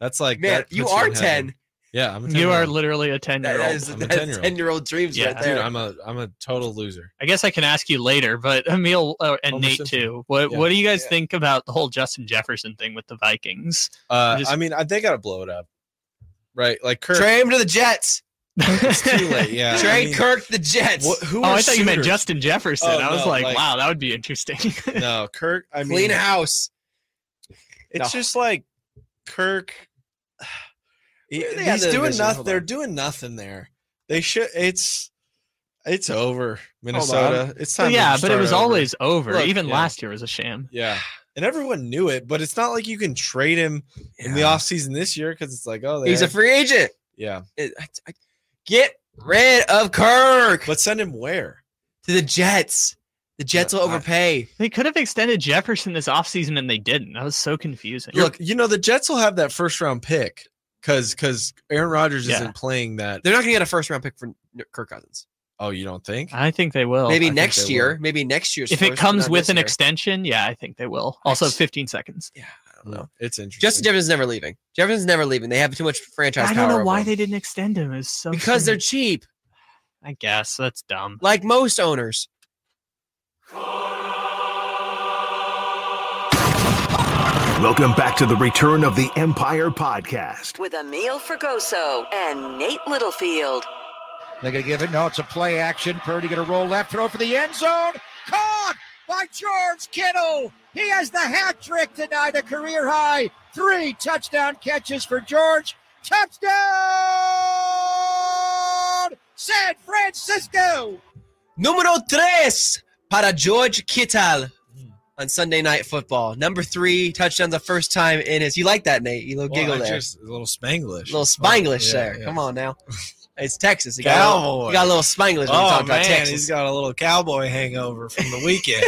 D: That's like
C: man.
D: that
C: You
D: puts in
C: are
D: heaven.
C: ten.
D: Yeah, I'm. A 10
E: you are literally a ten year
C: That
E: old.
C: is
D: I'm a
C: that's
D: 10-year-old.
C: ten year old dreams
E: Yeah.
C: right
D: Dude,
C: there.
D: I'm a I'm a total loser.
E: I guess I can ask you later, but Emil uh, and
D: Homer
E: Nate
D: Simpson.
E: too. What
D: Yeah.
E: What do you guys
C: Yeah.
E: think about the whole Justin Jefferson thing with the Vikings?
D: Uh,
E: Just-
D: I mean, I, they gotta blow it up, right? Like Kirk.
C: Trade him to the Jets.
E: it's
D: too late. Yeah. I
C: Trade
D: mean,
C: Kirk to the Jets.
D: What, who
E: Oh,
D: are
E: I thought you meant
D: suitors?
E: Justin Jefferson.
D: Oh,
E: I was
D: no,
E: like,
D: like-
E: wow, that would be interesting.
D: No, Kirk. I mean,
C: Clean house.
D: it's
C: No.
D: just like Kirk. he-
C: Where are they at
D: he's
C: in the
D: doing
C: division?
D: nothing.
C: Hold
D: They're
C: on.
D: doing nothing there. They should. It's it's over,
C: on.
D: Minnesota. It's
E: Well,
D: time. to
E: yeah, but it
D: start
E: was
D: over.
E: always over.
D: Look,
E: Even
D: yeah.
E: last year was a sham.
D: yeah. And everyone knew it, but it's not like you can trade him in the
C: Yeah.
D: offseason this year because it's like, oh, they
C: He's a
D: had-
C: free agent.
D: yeah.
C: It- I- I- get rid of Kirk
D: But send him where?
C: to the Jets. The Jets
D: Yeah,
C: will
D: I-
C: overpay.
E: They could have extended Jefferson this offseason and they didn't. That was so confusing.
D: Look, you know the Jets will have that first round pick because because Aaron Rodgers
E: Yeah.
D: isn't playing that.
C: They're not going to get a first round pick for Kirk Cousins.
D: Oh, you don't think?
E: I think they will.
C: maybe
D: I think
C: next
D: they
C: year.
D: will.
C: Maybe next year's.
E: if
C: first,
E: it
C: but
E: comes
C: not
E: with
C: this
E: an
C: year.
E: extension, yeah, I think they will. Also, 15 seconds.
C: Yeah, I don't know.
D: It's interesting.
C: Justin Jefferson's never leaving. Jefferson's never leaving. They have too much franchise.
E: I don't
C: power
E: know why
C: over him.
E: they didn't extend him. It's so
C: Because they're
E: strange.
C: cheap,
E: I guess that's dumb.
C: like most owners.
B: Welcome back to the Return of the Empire podcast.
A: with Emil Fergoso and Nate Littlefield.
F: They're going to give it. No, it's a play action. Purdy going to roll left, throw for the end zone. Caught by George Kittle. He has the hat trick tonight, a career high. Three touchdown catches for George. Touchdown, San Francisco.
C: Numero tres para George Kittle on Sunday Night Football. Number three touchdown, the first time in his. You like that, Nate? You little
D: Well,
C: giggle
D: I
C: there.
D: just- a little Spanglish.
C: little Spanglish
D: Yeah,
C: there.
D: yeah.
C: Come on now. It's Texas. You got, a little,
D: Cowboy.
C: you got a little Spanglish when oh,
D: Oh
C: talking
D: man,
C: about
D: he's
C: Texas.
D: got a little cowboy hangover from the weekend.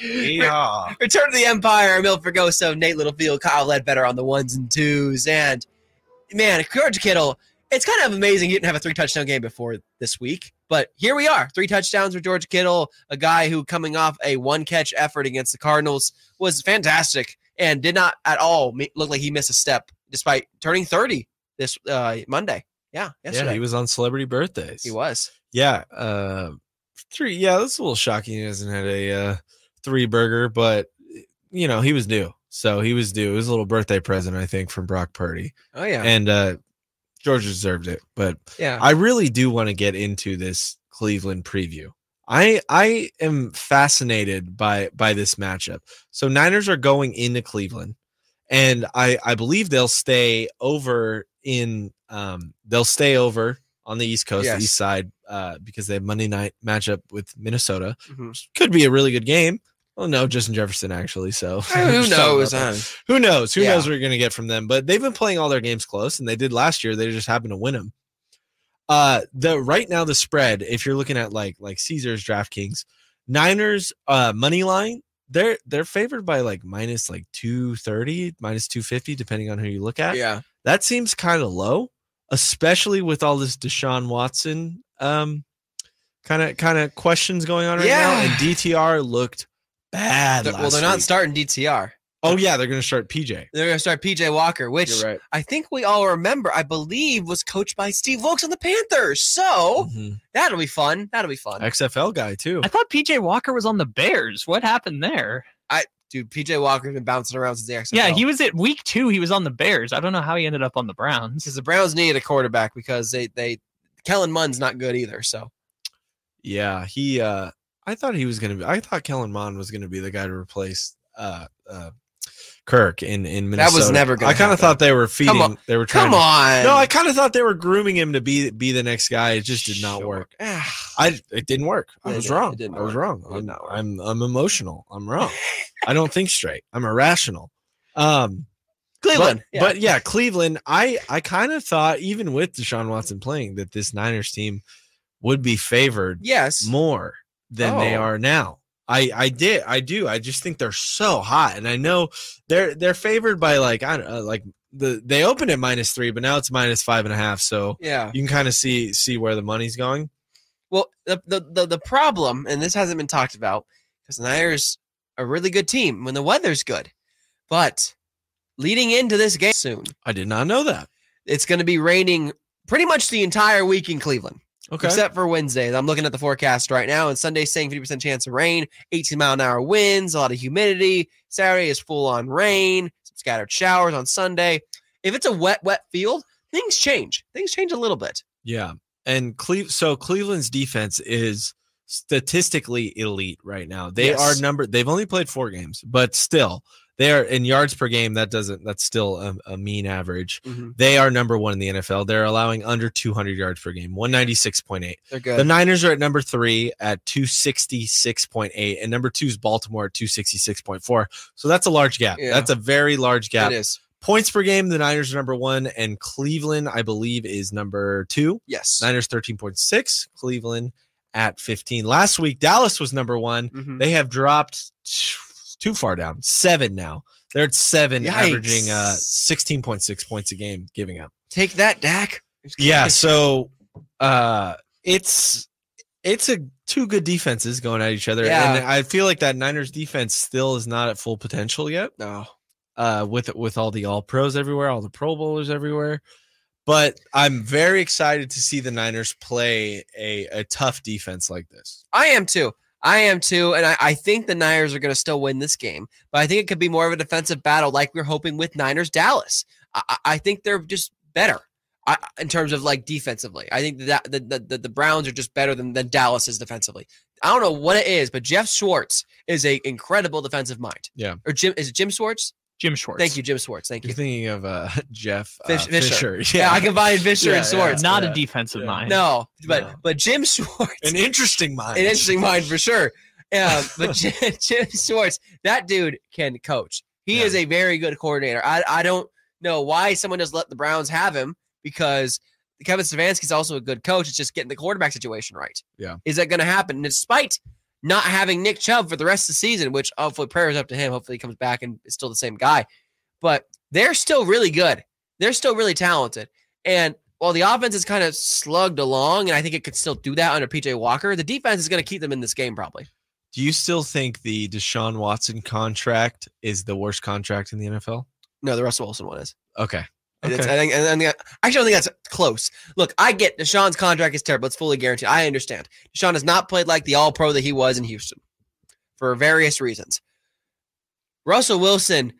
C: Re-
D: Yeehaw.
C: Return to the Empire, Emil Fergoso, Nate Littlefield, Kyle Ledbetter on the ones and twos. And man, George Kittle, it's kind of amazing he didn't have a three touchdown game before this week. But here we are. Three touchdowns for George Kittle, a guy who coming off a one catch effort against the Cardinals was fantastic and did not at all me- look like he missed a step despite turning 30 this uh, Monday. Yeah, yesterday.
D: Yeah, he was on Celebrity Birthdays.
C: He was.
D: Yeah, uh, three. Yeah, that's a little shocking. He hasn't had a uh, three burger, but you know he was due, so he was due. It was a little birthday present, I think, from Brock Purdy,
C: Oh yeah.
D: and uh, George deserved it. But
C: yeah.
D: I really do want to get into this Cleveland preview. I I am fascinated by by this matchup. So Niners are going into Cleveland, and I I believe they'll stay over in um they'll stay over on the East Coast,
C: Yes.
D: the East Side, uh, because they have Monday night matchup with Minnesota.
C: Mhm.
D: Could be a really good game. Oh no, Justin Jefferson actually. So
C: Eh, Who
D: Just talking
C: knows?
D: about that.
C: huh?
D: Who knows? Who
C: Yeah.
D: knows what you're going to get from them? But they've been playing all their games close, and they did last year. They just happened to win them. Uh, the right now the spread, if you're looking at like like Caesars, DraftKings, Niners uh, money line, they're they're favored by like minus like two thirty, minus two fifty, depending on who you look at.
C: Yeah.
D: That seems kind of low, especially with all this Deshaun Watson um kind of kind of questions going on right now.
C: Yeah.
D: And DTR looked bad.
C: They're- well,
D: last
C: they're not
D: week.
C: starting DTR.
D: Oh yeah, they're gonna start PJ.
C: They're going to start PJ Walker, which
D: right.
C: I think we all remember, I believe, was coached by Steve Wilkes on the Panthers. So
D: Mm-hmm.
C: that'll be fun. That'll be fun.
D: XFL guy too.
E: I thought PJ Walker was on the Bears. What happened there?
C: Dude, PJ Walker's been bouncing around since the XFL.
E: Yeah, he was at week two. He was on the Bears. I don't know how he ended up on the Browns.
C: because the Browns needed a quarterback because they they Kellen Munn's not good either. So
D: Yeah, he. uh I thought he was gonna be. I thought Kellen Mond was gonna be the guy to replace uh uh Kirk in in
C: That was
D: Minnesota.
C: never gonna
D: I kind
C: happen.
D: of thought they were feeding.
C: on.
D: They were trying.
C: come
D: to-
C: on.
D: No, I kind of thought they were grooming him to be be the next guy. It just did not
C: Sure.
D: work.
C: Ah,
D: I it didn't work. I
C: It
D: was
C: didn't-
D: wrong.
C: it didn't
D: I was
C: work.
D: wrong.
C: It did
D: I'm,
C: not work.
D: I'm I'm emotional. I'm wrong. I don't think straight. I'm irrational. Um,
C: Cleveland.
D: but, but yeah, Cleveland. I I kind of thought even with Deshaun Watson playing that this Niners team would be favored
C: yes.
D: more than they
C: Oh.
D: are now. I I did I do I just think they're so hot, and I know they're they're favored by like I don't know, like the they opened at minus three, but now it's minus five and a half. So
C: yeah.
D: you can kind of see see where the money's going.
C: Well, the, the the the problem, and this hasn't been talked about, because the Niners are a really good team when the weather's good, but leading into this game soon,
D: I did not know that.
C: it's going to be raining pretty much the entire week in Cleveland, except for Wednesday. I'm looking at the forecast right now, and Sunday's saying 50% chance of rain, 18 mile an hour winds, a lot of humidity. Saturday is full on rain, some scattered showers on Sunday. If it's a wet, wet field, things change. Things change a little bit.
D: yeah. And Cleve so Cleveland's defense is statistically elite right now. They
C: Yes.
D: are number they've only played 4 games, but still they are in yards per game that doesn't that's still a, a mean average.
C: Mm-hmm.
D: They are number 1 in the NFL. They're allowing under 200 yards per game, 196.8.
C: They're
D: The
C: good.
D: Niners are at number 3 at 266.8 and number 2 is Baltimore at 266.4. So that's a large gap.
C: Yeah.
D: That's a very large gap.
C: It is.
D: points per game, the Niners are number one, and Cleveland, I believe, is number two.
C: Yes.
D: Niners 13.6, Cleveland at 15. Last week, Dallas was number one.
C: Mhm.
D: They have dropped t- too far down, seven now. They're at seven,
C: Yikes.
D: averaging uh, 16.6 points a game, giving up.
C: Take that, Dak.
D: Yeah, so uh, it's it's a two good defenses going at each other,
C: Yeah.
D: and I feel like that Niners defense still is not at full potential yet
C: No.
D: uh, with with all the All Pros everywhere, all the Pro Bowlers everywhere. But I'm very excited to see the Niners play a, a tough defense like this.
C: I am too. I am too. And I, I think the Niners are going to still win this game. But I think it could be more of a defensive battle like we are hoping with Niners Dallas. I, I- I think they're just better I, in terms of like defensively. I think that the, the, the, the Browns are just better than, than Dallas is defensively. I don't know what it is, but Jeff Schwartz is a incredible defensive mind.
D: Yeah.
C: Or Jim is it Jim Schwartz?
E: Jim Schwartz.
C: Thank you, Jim Schwartz. Thank
D: You're
C: you.
D: thinking of uh, Jeff uh,
C: Fish- Fisher.
D: Fisher.
C: Yeah, I combined Fisher
D: Yeah,
C: and
D: yeah.
C: Schwartz.
E: Not
D: Yeah.
E: a defensive
D: Yeah.
E: mind.
C: No, but
D: No.
C: but Jim Schwartz
D: an interesting mind.
C: an interesting mind for sure. Um, but Jim, Jim Schwartz, that dude can coach. He
D: Yeah.
C: is a very good coordinator. I, I don't know why someone just let the Browns have him because Kevin Savansky's also a good coach. It's just getting the quarterback situation right.
D: Yeah.
C: Is that going to happen? Despite not having Nick Chubb for the rest of the season, which hopefully prayers up to him. Hopefully he comes back and is still the same guy. But they're still really good. They're still really talented. And while the offense is kind of slugged along, and I think it could still do that under PJ Walker, the defense is going to keep them in this game probably.
D: Do you still think the Deshaun Watson contract is the worst contract in the NFL?
C: No, the Russell Wilson one is.
D: Okay.
C: And it's-
D: Okay.
C: I think, and, and, actually, I don't think that's close. Look, I get Deshaun's contract is terrible. It's fully guaranteed. I understand. Deshaun has not played like the all pro that he was in Houston for various reasons. Russell Wilson,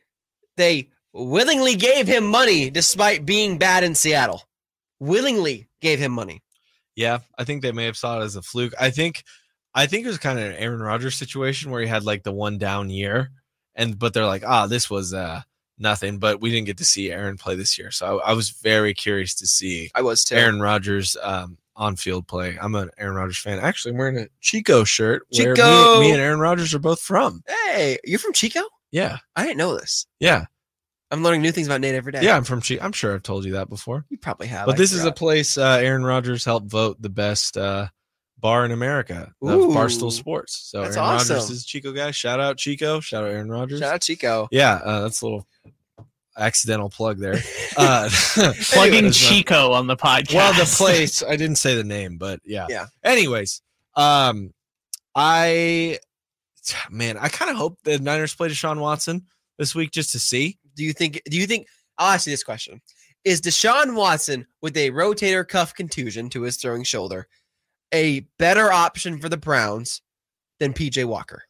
C: they willingly gave him money despite being bad in Seattle. Willingly gave him money.
D: Yeah, I think they may have saw it as a fluke. I think, I think it was kind of an Aaron Rodgers situation where he had like the one down year, and but they're like, ah, this was uh nothing. But we didn't get to see Aaron play this year, so I, I was very curious to see
C: I was too.
D: Aaron Rodgers um on field play. I'm an Aaron Rodgers fan. Actually, I'm wearing a Chico shirt. where me-
C: Chico!
D: me, and Aaron Rodgers are both from.
C: Hey, you're from Chico?
D: Yeah,
C: I didn't know this.
D: yeah,
C: I'm learning new things about Nate every day.
D: yeah. I'm from Chico. I'm sure I've told you that before.
C: you probably have.
D: But
C: I
D: this is a
C: forgot.
D: place uh, Aaron Rodgers helped vote the best uh, bar in America, the
C: Ooh.
D: Barstool Sports. So
C: That's
D: Aaron Rodgers
C: awesome.
D: is a Chico guy. Shout out Chico. Shout out Aaron Rodgers.
C: shout out Chico.
D: Yeah, uh, that's a little accidental plug there. Uh,
E: Plugging
D: Anyways, uh,
E: Chico on the podcast.
D: Well, the place. I didn't say the name, but yeah.
C: Yeah.
D: Anyways, Um, I man, I kind of hope the Niners play Deshaun Watson this week just to see.
C: Do you think? Do you think? I'll ask you this question: Is Deshaun Watson with a rotator cuff contusion to his throwing shoulder a better option for the Browns than PJ Walker?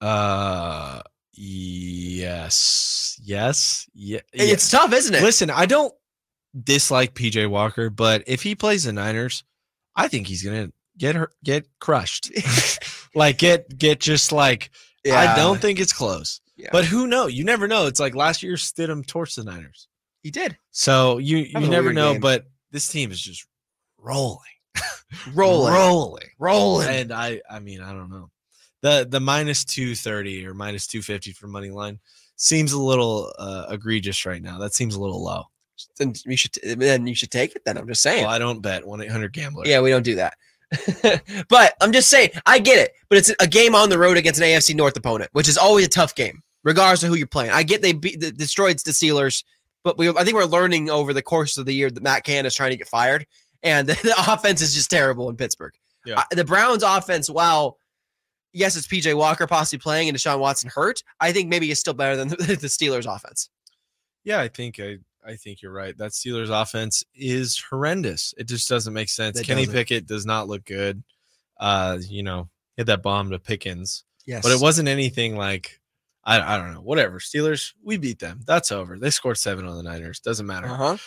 D: Uh, yes, yes, yeah.
C: And It's tough, isn't it?
D: Listen, I don't dislike PJ Walker, but if he plays the Niners, I think he's gonna get hurt, get crushed, like get get just like I don't think it's close.
C: Yeah.
D: But who know? You never know. It's like last year Stidham torched the Niners,
C: he did
D: so you you
C: That was a
D: never
C: weird
D: know.
C: game.
D: But this team is just rolling,
C: rolling,
D: rolling,
C: rolling.
D: and I I mean I don't know. The the minus two thirty or minus two fifty for money line seems a little uh, egregious right now. That seems a little low.
C: Then you should then you should take it. Then I'm just saying.
D: Well, I don't bet one eight hundred gambler.
C: Yeah, we don't do that. but I'm just saying, I get it. But it's a game on the road against an AFC North opponent, which is always a tough game, regardless of who you're playing. I get they beat the, destroyed the Steelers, but we I think we're learning over the course of the year that Matt Canada is trying to get fired, and the, offense is just terrible in Pittsburgh.
D: Yeah.
C: I- the Browns' offense, while yes, it's PJ Walker possibly playing and Deshaun Watson hurt, I think maybe it's still better than the, the Steelers' offense.
D: Yeah, I think I I think you're right. That Steelers offense is horrendous. It just doesn't make sense.
C: That
D: Kenny
C: doesn't.
D: Pickett does not look good. Uh, you know, hit that bomb to Pickens,
C: Yes,
D: but it wasn't anything like I I don't know. Whatever. Steelers, we beat them. That's over. They scored seven on the Niners. Doesn't matter.
C: Uh-huh.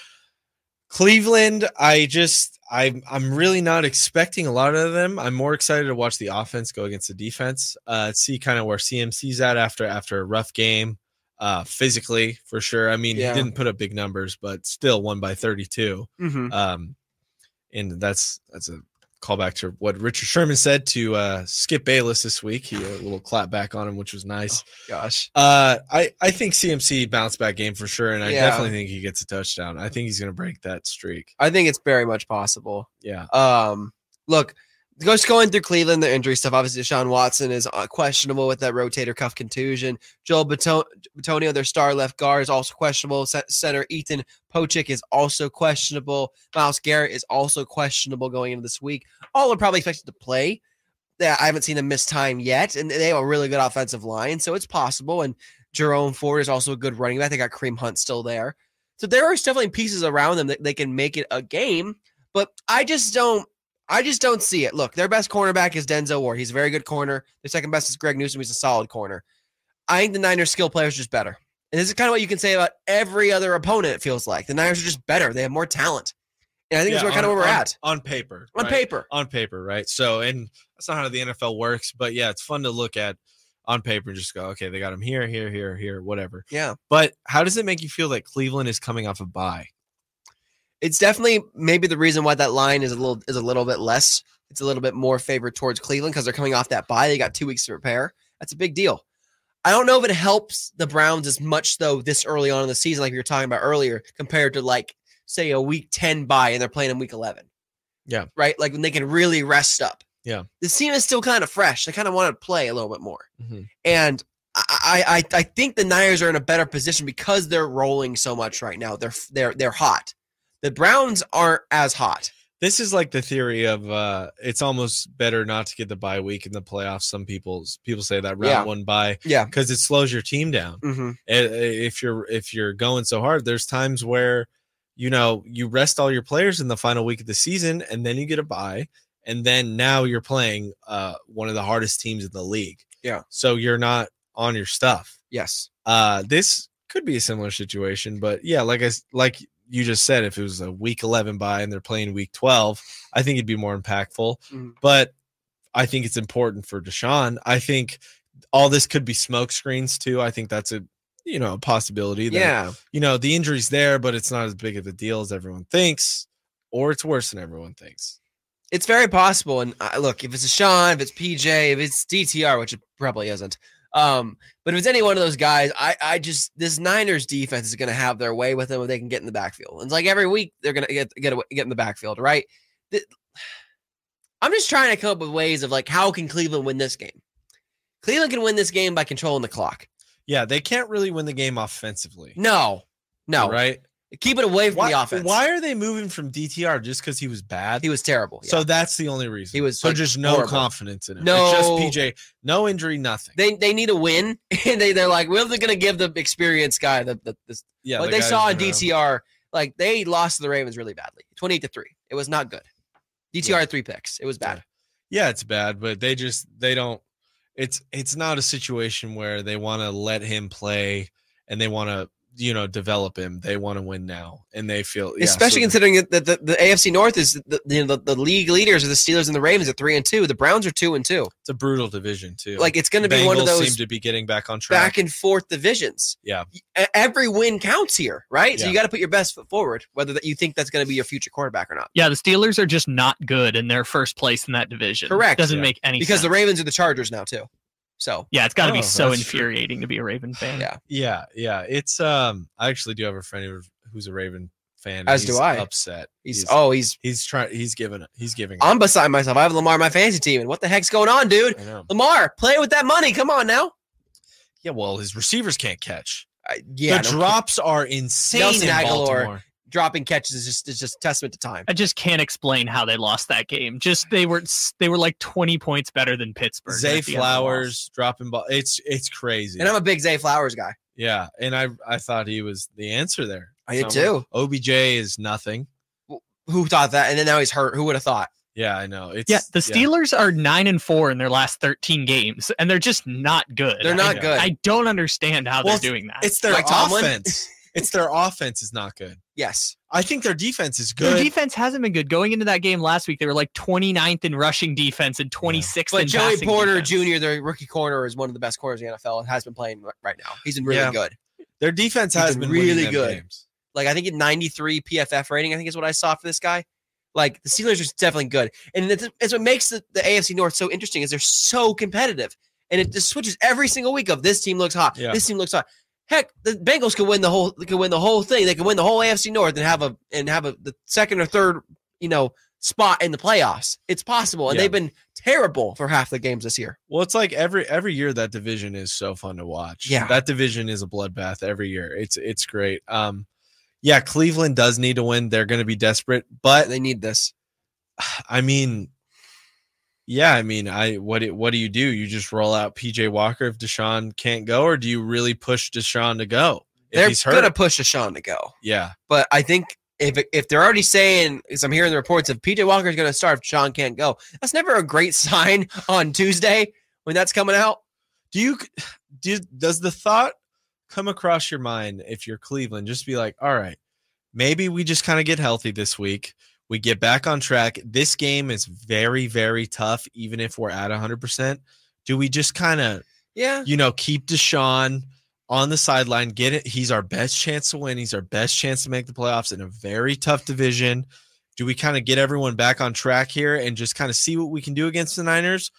D: Cleveland, I just I'm I'm really not expecting a lot of them. I'm more excited to watch the offense go against the defense. Uh see kind of where CMC's at after after a rough game. Uh physically for sure. I mean,
C: Yeah.
D: he didn't put up big numbers, but still won by 32.
C: Mm-hmm.
D: Um and that's that's a callback to what Richard Sherman said to uh Skip Bayless this week. He a little clap back on him, which was nice.
C: Oh. Gosh,
D: Uh, I I think CMC bounced back game for sure, and I
C: Yeah.
D: definitely think he gets a touchdown. I think he's gonna break that streak.
C: I think it's very much possible.
D: Yeah,
C: Um, look, just going through Cleveland, their injury stuff. Obviously, Deshaun Watson is uh, questionable with that rotator cuff contusion. Joel Baton- Batonio, their star left guard, is also questionable. Ce- Center Ethan Pochick is also questionable. Miles Garrett is also questionable going into this week. All are probably expected to play. Yeah, I haven't seen them miss time yet, and they have a really good offensive line, so it's possible. And Jerome Ford is also a good running back. They got Cream Hunt still there, so there are definitely pieces around them that they can make it a game but I just don't. I just don't see it. Look, their best cornerback is Denzel Ward. He's a very good corner. Their second best is Greg Newsom. He's a solid corner. I think the Niners' skill players are just better. And this is kind of what you can say about every other opponent. It feels like the Niners are just better. They have more talent, and I think
D: Yeah,
C: that's where, kind of
D: on-
C: where we're
D: on-
C: at
D: on paper.
C: on
D: right?
C: paper.
D: On paper, right? So, and that's not how the NFL works, but yeah, it's fun to look at on paper and just go, okay, they got him here, here, here, here, whatever.
C: Yeah,
D: But how does it make you feel that Cleveland is coming off a bye?
C: it's definitely maybe the reason why that line is a little is a little bit less. It's a little bit more favored towards Cleveland because they're coming off that bye. They got two weeks to prepare. That's a big deal. I don't know if it helps the Browns as much though this early on in the season, like we were talking about earlier, compared to like say a week ten bye and they're playing in week eleven.
D: Yeah.
C: Right. Like when they can really rest up.
D: Yeah.
C: This team is still kind of fresh. They kind of want to play a little bit more.
D: Mhm.
C: And I, I I- I think the Niners are in a better position because they're rolling so much right now. They're they're they're hot. The Browns aren't as hot.
D: This is like the theory of uh it's almost better not to get the bye week in the playoffs. Some people people say that round
C: Yeah.
D: one bye
C: Yeah.
D: because it slows your team down.
C: Mm-hmm.
D: And, uh, If you're if you're going so hard, there's times where you know you rest all your players in the final week of the season, and then you get a bye, and then now you're playing uh, one of the hardest teams in the league.
C: Yeah.
D: so you're not on your stuff.
C: Yes.
D: Uh, this could be a similar situation, but yeah, like I s- like you just said, if it was a week 11 bye and they're playing week 12, I think it'd be more impactful.
C: Mhm.
D: But I think it's important for Deshaun. I think all this could be smoke screens too. I think that's a you know a possibility. That,
C: Yeah.
D: you know the injury's there, but it's not as big of a deal as everyone thinks, or it's worse than everyone thinks.
C: It's very possible. And I, look, if it's a Sean, if it's PJ, if it's DTR, which it probably isn't, um, but if it's any one of those guys, I, I just this Niners defense is going to have their way with them if they can get in the backfield. It's like every week they're going to get get away- get in the backfield, right? Th- I'm just trying to come up with ways of like how can Cleveland win this game. Cleveland can win this game by controlling the clock.
D: Yeah, they can't really win the game offensively.
C: No, no,
D: right?
C: Keep it away from
D: Why,
C: the offense.
D: why are they moving from DTR just because he was bad?
C: He was terrible. yeah.
D: So that's the only reason.
C: He was,
D: so
C: like,
D: just no
C: horrible.
D: confidence in him.
C: No-
D: it's just PJ. No injury, nothing.
C: they they need a win, and they they're like, we're going to give the experienced guy the the, the
D: yeah,
C: what
D: the
C: they
D: guy
C: saw in
D: who's been around.
C: DTR. Like they lost to the Ravens really badly, twenty eight to three. It was not good. DTR had three picks. It was bad.
D: Yeah, it's bad, but they just they don't. It's it's not a situation where they want to let him play and they want to you know develop him. They want to win now, and they feel yeah, so
C: Especially
D: they-
C: considering that the, the, the AFC North is the, the, you know, the the league leaders are the Steelers and the Ravens at three and two. The Browns are two and two.
D: it's a brutal division too.
C: Like it's going to be one of
D: Bengals
C: those
D: seem to be getting back on track.
C: back and forth divisions.
D: Yeah.
C: E- every win counts here, right? So
D: Yeah.
C: you got to put your best foot forward, whether that you think that's going to be your future quarterback or not.
E: Yeah, the Steelers are just not good, and they're first place in that division.
C: Correct.
E: Doesn't
D: Yeah.
E: make any
C: Because the
E: sense.
C: Ravens are the Chargers now too. So
E: yeah, it's got to
D: Oh,
E: be so
D: that's true.
E: infuriating to be a Raven fan.
C: Yeah.
D: yeah, yeah. It's um. I actually do have a friend who- who's a Raven fan. and
C: As do
D: he's
C: I.
D: Upset.
C: he's oh he's
D: he's trying. He's giving. He's giving.
C: I'm beside myself. I have Lamar on my fantasy team, and what the heck's going on, dude?
D: I know.
C: Lamar, play with that money. Come on now.
D: Yeah, well, his receivers can't catch.
C: I yeah,
D: the
C: no-
D: drops are insane
C: Nelson
D: in
C: Aguilar.
D: Baltimore.
C: dropping catches is just is just testament to time.
E: I just can't explain how they lost that game. Just they were they were like twenty points better than Pittsburgh.
D: Zay
E: at the end of the loss.
D: Flowers dropping ball. It's it's crazy.
C: And I'm a big Zay Flowers guy.
D: yeah, and I I thought he was the answer there.
C: I did
D: Someone-
C: too.
D: OBJ is nothing.
C: Who thought that? And then now he's hurt. Who would have thought?
D: Yeah, I know. It's
E: Yeah, the Steelers are nine and four in their last thirteen games, and they're just not good.
C: They're
E: I,
C: not
D: I-
C: good.
E: I don't understand how
D: Well,
E: they're doing that.
D: It's their
C: Mike Tomlin?
D: offense. it's their offense is not good.
C: yes.
D: I think their defense is
E: Their
D: good.
E: defense hasn't been good. Going into that game last week, they were like 29th in rushing defense and 26th in
C: But Joey
E: passing
C: Porter
E: defense.
C: Jr., their rookie corner, is one of the best corners in the NFL and has been playing r- right now. He's been really
D: Yeah.
C: good.
D: their defense
C: He's
D: has
C: been
D: been winning
C: really
D: them
C: good.
D: games.
C: Like I think in 93 PFF rating, I think is what I saw for this guy. Like the Steelers are definitely good, and it's, it's what makes the, the AFC North so interesting is they're so competitive, and it just switches every single week. Of this team looks hot,
D: Yeah.
C: this team looks hot. Heck, the Bengals could win the whole could win the whole thing. They could win the whole AFC North and have a and have a the second or third you know spot in the playoffs. It's possible, and
D: Yeah.
C: they've been terrible for half the games this year.
D: Well, it's like every every year that division is so fun to watch.
C: Yeah.
D: that division is a bloodbath every year. It's it's great. Um, yeah, Cleveland does need to win. They're going to be desperate, but
C: They need this.
D: I mean, yeah, I mean, I what it, what do you do? You just roll out PJ Walker if Deshaun can't go, or do you really push Deshaun to go if
C: They're
D: he's hurt?
C: gonna push Deshaun to go.
D: yeah,
C: But I think if if they're already saying, because I'm hearing the reports of PJ Walker's going to start if Sean can't go, that's never a great sign on Tuesday when that's coming out.
D: do you do, does the thought come across your mind if you're Cleveland just be like all right maybe we just kind of get healthy this week we get back on track this game is very very tough even if we're at 100% do we just kind of
C: Yeah.
D: you know keep Deshaun on the sideline get it he's our best chance to win he's our best chance to make the playoffs in a very tough division do we kind of get everyone back on track here and just kind of see what we can do against the Niners?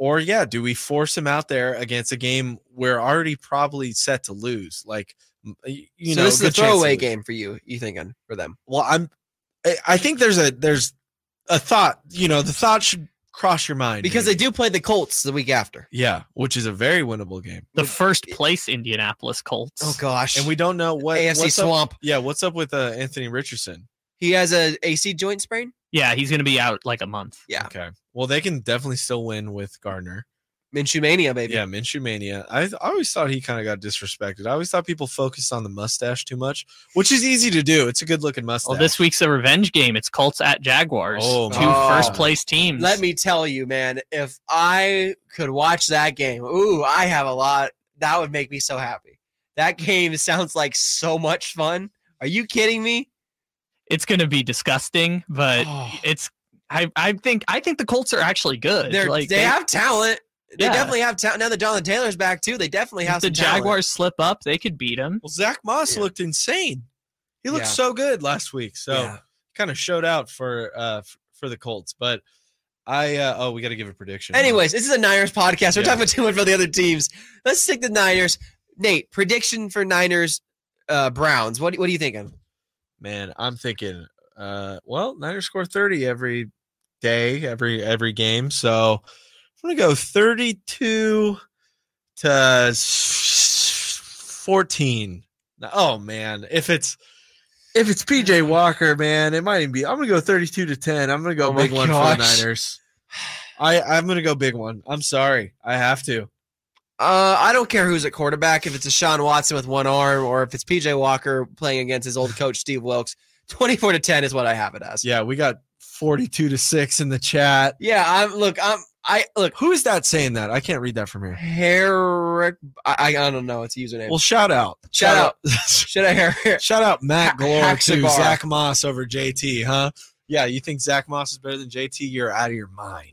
D: Or yeah, do we force him out there against a game we're already probably set to lose? Like m- you
C: so
D: know,
C: this is a
D: good chance to
C: throwaway
D: lose.
C: game for you. You thinking for them?
D: Well, I'm I- I think there's a there's a thought, you know, the thought should cross your mind.
C: Because they
D: maybe.
C: do play the Colts the week after.
D: Yeah, which is a very winnable game.
E: the first place Indianapolis Colts.
C: Oh gosh.
D: And we don't know what
C: AFC
D: what's up-
C: swamp.
D: Yeah, what's up with uh, Anthony Richardson?
C: He has a AC joint sprain.
E: Yeah, he's going to be out like a month.
C: Yeah.
D: Okay. Well, they can definitely still win with Gardner.
C: Minshew mania, baby.
D: Yeah, Minshew Mania. I, I always thought he kind of got disrespected. I always thought people focused on the mustache too much, which is easy to do. It's a good
C: Oh,
D: looking mustache.
E: Well, this week's a revenge game. It's Colts at Jaguars.
D: Oh,
E: Two
C: my
E: first
C: God.
E: place teams.
C: Let me tell you, man. If I could watch that game, ooh, I have a lot. That would make me so happy. That game sounds like so much fun. Are you kidding me?
E: It's going to be disgusting, but
C: Oh.
E: it's. I, I think I think the Colts are actually good.
C: They're,
E: like
C: they, have talent. They
E: Yeah.
C: definitely have talent. Now that Jonathan Taylor's back too, they definitely
E: if
C: have
E: the
C: some talent.
E: Jaguars slip up, they could beat them.
D: well, Zach Moss
C: Yeah.
D: looked insane. He looked
C: Yeah.
D: so good last week. So
C: Yeah.
D: kind of showed out for uh f- for the Colts. But I uh, oh we got to give a prediction.
C: Anyways, this is a Niners podcast. We're
D: Yeah.
C: talking about too much about the other teams. Let's stick to Niners. Nate, prediction for Niners, uh, Browns. What what are you thinking?
D: man, I'm thinking. Uh, well, Niners score 30 every day, every every game. So I'm gonna go 32 to s- 14. No- Oh man, if it's If it's PJ Walker, man, it might even be. I'm gonna go 32 to 10. I'm gonna go
C: Oh my
D: big one for the
C: gosh.
D: Niners. I I'm gonna go big one. I'm sorry, I have to.
C: Uh, I don't care who's at quarterback, if it's a Sean Watson with one arm or if it's PJ Walker playing against his old coach Steve Wilkes. 24 to 10 is what I have it as.
D: Yeah, we got 42 to six in the chat.
C: Yeah, I'm look, I'm I look
D: Who is that saying that? I can't read that from here.
C: Herrick I, I don't know, it's a username.
D: Well, shout out,
C: Shout
D: out.
C: should I hear
D: Shout out Matt
C: Ha-
D: Glore to
C: Haxibar.
D: Zach Moss over JT, huh? Yeah, you think Zach Moss is better than JT? You're out of your mind.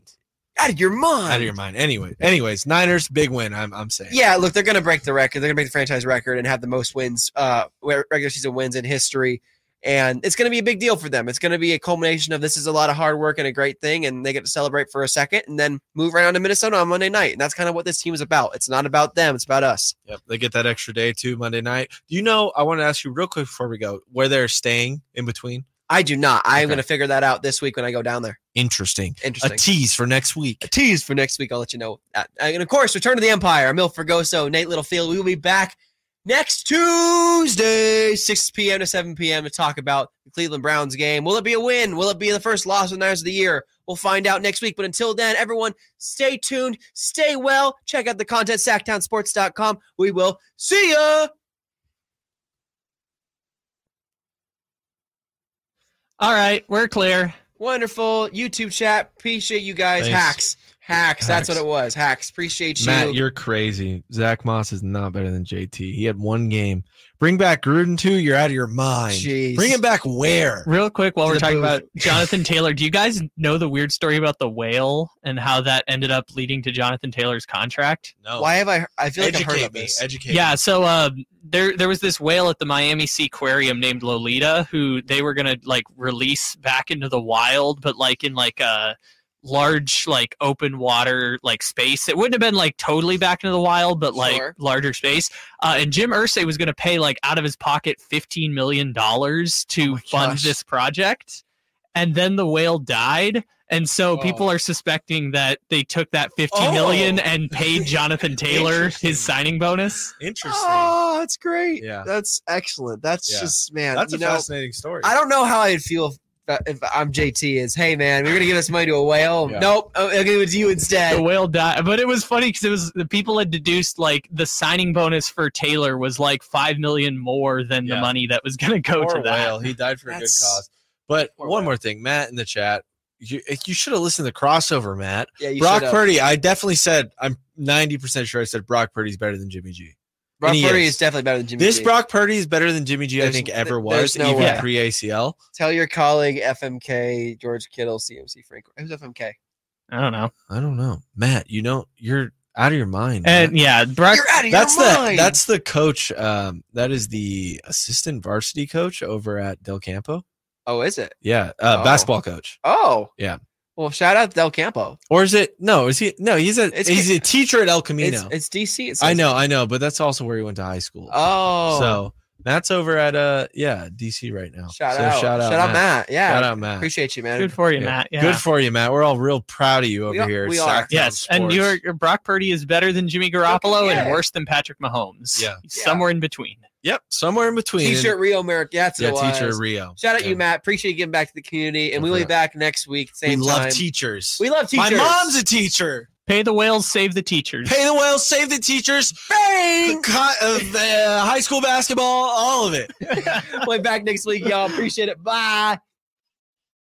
C: out of your mind?
D: Out of your mind. Anyway, anyways, Niners big win. I'm I'm saying.
C: Yeah, look, they're going to break the record. They're going to break the franchise record and have the most wins, uh, re- regular season wins in history. And it's going to be a big deal for them. It's going to be a culmination of this is a lot of hard work and a great thing, and they get to celebrate for a second and then move right on to Minnesota on Monday night. And that's kind of what this team is about. It's not about them; it's about us.
D: Yep. They get that extra day too Monday night. Do you know? I want to ask you real quick before we go where they're staying in between.
C: I do not. I'm
D: Okay.
C: going to figure that out this week when I go down there.
D: Interesting. A
C: Interesting.
D: tease for next
C: a
D: week.
C: tease for next week. I'll let you know. that. And of course, Return to the Empire, Emil Fergoso, Nate Littlefield. We will be back next Tuesday, 6 p.m. to 7 p.m. to talk about the Cleveland Browns game. Will it be a win? Will it be the first loss of the Niners of the year? We'll find out next week. But until then, everyone, stay tuned, stay well. Check out the content, sacktownsports.com. We will see ya.
E: All right, we're clear.
C: Wonderful YouTube chat. Appreciate you guys.
D: Thanks.
C: Hacks. Hacks. That's
D: Hacks.
C: what it was. Hacks. Appreciate you.
D: Matt, you're crazy. Zach Moss is not better than JT. He had one game. Bring back Gruden too. You're out of your mind.
C: Jeez.
D: Bring him back where?
E: Real quick, while
C: To
E: we're
C: the
E: talking
C: booth.
E: about Jonathan Taylor, do you guys know the weird story about the whale and how that ended up leading to Jonathan Taylor's contract?
D: No.
C: Why have I? I feel like I've heard
D: Educate
C: of
D: me.
C: this.
D: Educate me.
E: Yeah, so uh, there there was this whale at the Miami Sea Aquarium named Lolita, who they were gonna like release back into the wild, but like in like a large like open water like space. It wouldn't have been like totally back into the wild, but like
C: Sure.
E: larger space. Uh, and Jim Ursay was gonna pay like out of his pocket fifteen million dollars to
D: Oh my
E: fund
D: gosh.
E: this project, and then the whale died. And so people are suspecting that they took that fifteen million
D: Oh.
E: and paid Jonathan Taylor
D: Interesting.
E: his signing bonus.
D: Interesting.
C: Oh, that's great.
D: Yeah.
C: That's excellent. That's
D: Yeah.
C: just man.
D: That's
C: you
D: a
C: know,
D: fascinating story.
C: I don't know how I'd feel if, uh, if I'm JT. Is hey man, we're gonna give this money to a whale.
D: Yeah.
C: Nope, Oh, I'll I'll give it to you
E: the
C: instead.
E: whale died. But it was funny because it was the people had deduced like the signing bonus for Taylor was like five million more than
D: Yeah.
E: the money that was going to go
D: Poor
E: to that.
D: Whale. He died for a good
C: That's-
D: cause. But
C: Poor
D: one
C: Whale.
D: more thing, Matt in the chat, you eh, you should have listened to the crossover, Matt.
C: Yeah, you
D: Brock
C: should've.
D: Purdy. I definitely said I'm 90 percent sure I said Brock Purdy's better than Jimmy G.
C: Brock
D: and he
C: Purdy
D: is.
C: is. definitely better than Jimmy.
D: This
C: G.
D: Brock Purdy is better than Jimmy G. I
C: There's-
D: think ever
C: there-
D: was
C: there's no
D: even
E: way.
D: pre ACL.
C: Tell your colleague FMK George Kittle, CMC Frank. Who's FMK?
E: I don't know.
D: I don't know, Matt. You don't. You're out of your mind. Matt.
E: And yeah, Brock.
C: You're out of
D: that's
C: your
D: the
C: mind.
D: that's the coach. Um, that is the assistant varsity coach over at Del Campo.
C: oh, is it?
D: Yeah, uh,
C: Oh.
D: basketball coach.
C: Oh,
D: Yeah.
C: Well, shout out Del Campo.
D: Or is it no? Is he no? He's a
C: It's-
D: he's a teacher at El
C: It's,
D: Camino.
C: it's DC. It
D: I
C: says.
D: know, I know, but that's also where he went to high school.
C: Oh,
D: so Matt's over at uh yeah DC right now.
C: shout
D: so
C: out,
D: shout out,
C: Matt. Yeah,
D: Shout out, Matt.
C: appreciate you, man.
E: Good for you,
D: Yeah.
E: Matt. Yeah.
D: Good for you, Matt. We're all real proud of you over
C: We are-
D: here.
C: we are.
D: Sacktown
E: Yes, and you
D: Sports.
E: are Brock Purdy is better than Jimmy Garoppolo
C: yeah.
E: and worse than Patrick Mahomes.
D: Yeah.
E: somewhere in between.
D: yep somewhere in between.
C: T-shirt Rio Merrick. Yeah, that's
D: yeah,
C: what it
D: teacher
C: was.
D: Rio.
C: Shout out
D: Yeah.
C: you, Matt. Appreciate you giving back to the community, and
D: No
C: we'll be
D: problem.
C: back next week same
D: we
C: time.
D: love teachers.
C: we love teachers.
D: My mom's a teacher.
E: Pay the whales, save the teachers.
D: Pay the whales, save the teachers,
C: bang.
D: co- uh, the high school basketball, all of it.
C: we'll be back next week, y'all. Appreciate it. Bye.